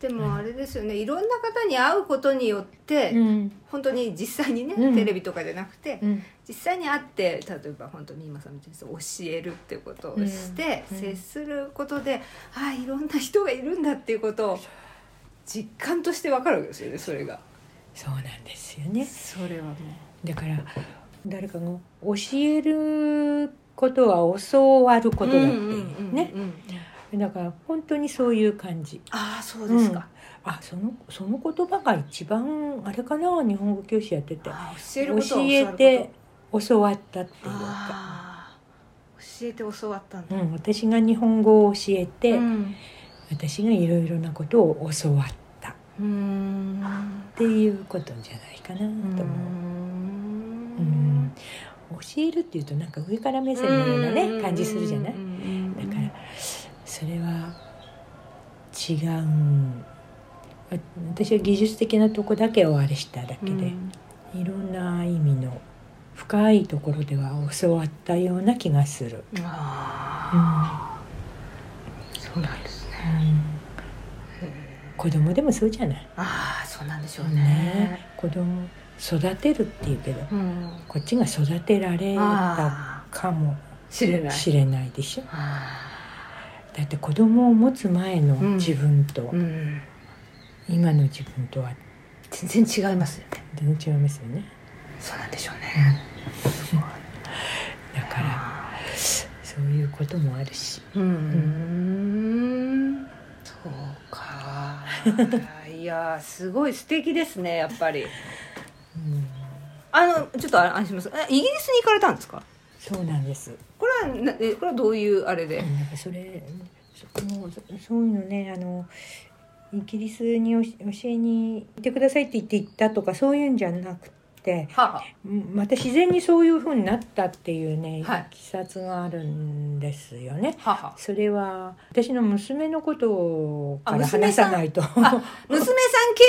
Speaker 1: でもあれですよねいろんな方に会うことによって、
Speaker 3: うん
Speaker 1: 本当に実際にね、
Speaker 3: うん
Speaker 1: テレビとかじゃなくて、
Speaker 3: うん
Speaker 1: 実際に会って例えば本当に今さんみたいにそう教えるってことをして、
Speaker 3: うんうん
Speaker 1: 接することでああいろんな人がいるんだっていうことを実感としてわかるわけですよねそれが。
Speaker 3: そうなんですよね
Speaker 1: それはもう
Speaker 3: だから誰かが教えることは教わることだっ
Speaker 1: うん
Speaker 3: て
Speaker 1: うんうんうん
Speaker 3: ね、だから本当にそういう感じ
Speaker 1: ああそうですか、
Speaker 3: あそのその言葉が一番あれかな日本語教師やってて
Speaker 1: あー教える
Speaker 3: 教
Speaker 1: ことは
Speaker 3: え
Speaker 1: わること
Speaker 3: て教わったっていうか、
Speaker 1: あー教えて教わったん
Speaker 3: う
Speaker 1: だ、
Speaker 3: ん、私が日本語を教えて、
Speaker 1: うん
Speaker 3: 私がいろいろなことを教わったっ
Speaker 1: うーん
Speaker 3: ていうことじゃないかなと思う。うん教えるっていうとなんか上から目線のようなね感じするじゃないだからそれは違うんあ私は技術的なとこだけをあれしただけで、いろんな意味の深いところでは教わったような気がする。
Speaker 1: あ
Speaker 3: う
Speaker 1: あそ
Speaker 3: ん
Speaker 1: うなんですね
Speaker 3: 子供でもそうじゃない。
Speaker 1: ああそうなんでしょうね
Speaker 3: ね子供育てるっていうけど、
Speaker 1: うん
Speaker 3: こっちが育てられた
Speaker 1: ああ
Speaker 3: かも
Speaker 1: 知れない
Speaker 3: しれないでしょ。
Speaker 1: あ
Speaker 3: だって子供を持つ前の自分と、
Speaker 1: あうん
Speaker 3: 今の自分とは
Speaker 1: 全然違いますよね
Speaker 3: 全然違いますよね。
Speaker 1: そうなんでしょうね
Speaker 3: だからそういうこともあるし。
Speaker 1: うーんそうかいやーすごい素敵ですねやっぱり
Speaker 3: うん
Speaker 1: あのちょっとあ安心しますえイギリスに行かれたんですか
Speaker 3: そうなんです。
Speaker 1: これはなえこれはどういうあれで
Speaker 3: なんかそれそもうそそういうのねあのイギリスにおし教えに行ってくださいって言って行ったとかそういうんじゃなくて
Speaker 1: はあ
Speaker 3: うんまた自然にそういうふうになったっていうね、
Speaker 1: はい
Speaker 3: いきさつがあるんですよね。
Speaker 1: はは
Speaker 3: それは私の娘のことか
Speaker 1: あ
Speaker 3: ら
Speaker 1: 娘
Speaker 3: 話
Speaker 1: さん
Speaker 3: さないと
Speaker 1: 娘さん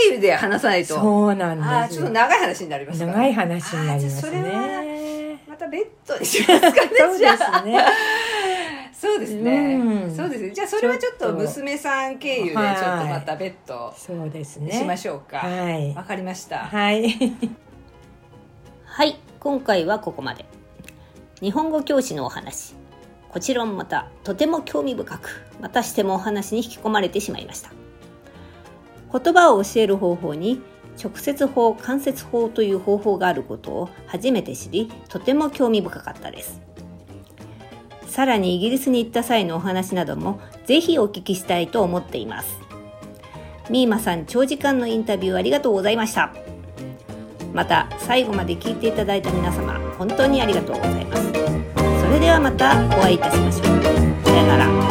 Speaker 1: 経由で話さないと
Speaker 3: そうな
Speaker 1: あ
Speaker 3: ん
Speaker 1: ー
Speaker 3: で
Speaker 1: ち
Speaker 3: す
Speaker 1: ょっと
Speaker 3: よ
Speaker 1: 長い話になりますから
Speaker 3: 長い話になりま
Speaker 1: あー
Speaker 3: す
Speaker 1: じゃあそれは
Speaker 3: ね。
Speaker 1: また別途にしますかね
Speaker 3: そう
Speaker 1: じ
Speaker 3: で
Speaker 1: ゃあ
Speaker 3: すね。
Speaker 1: そうですね、
Speaker 3: うん
Speaker 1: そうですねじゃあそれはちょっ
Speaker 3: ちょ
Speaker 1: と
Speaker 3: っと
Speaker 1: 娘さん経由でちょ
Speaker 3: はい
Speaker 1: っとまた別途
Speaker 3: そうですね
Speaker 1: しましょうかわ、
Speaker 3: はい
Speaker 1: かりました、
Speaker 3: はい
Speaker 2: はい、今回はここまで。日本語教師のお話。こちらもまたとても興味深く、またしてもお話に引き込まれてしまいました。言葉を教える方法に直接法、間接法という方法があることを初めて知り、とても興味深かったです。さらにイギリスに行った際のお話などもぜひお聞きしたいと思っています。ミーマさん長時間のインタビューありがとうございました。また最後まで聞いていただいた皆様本当にありがとうございますそれではまたお会いいたしましょうさよなら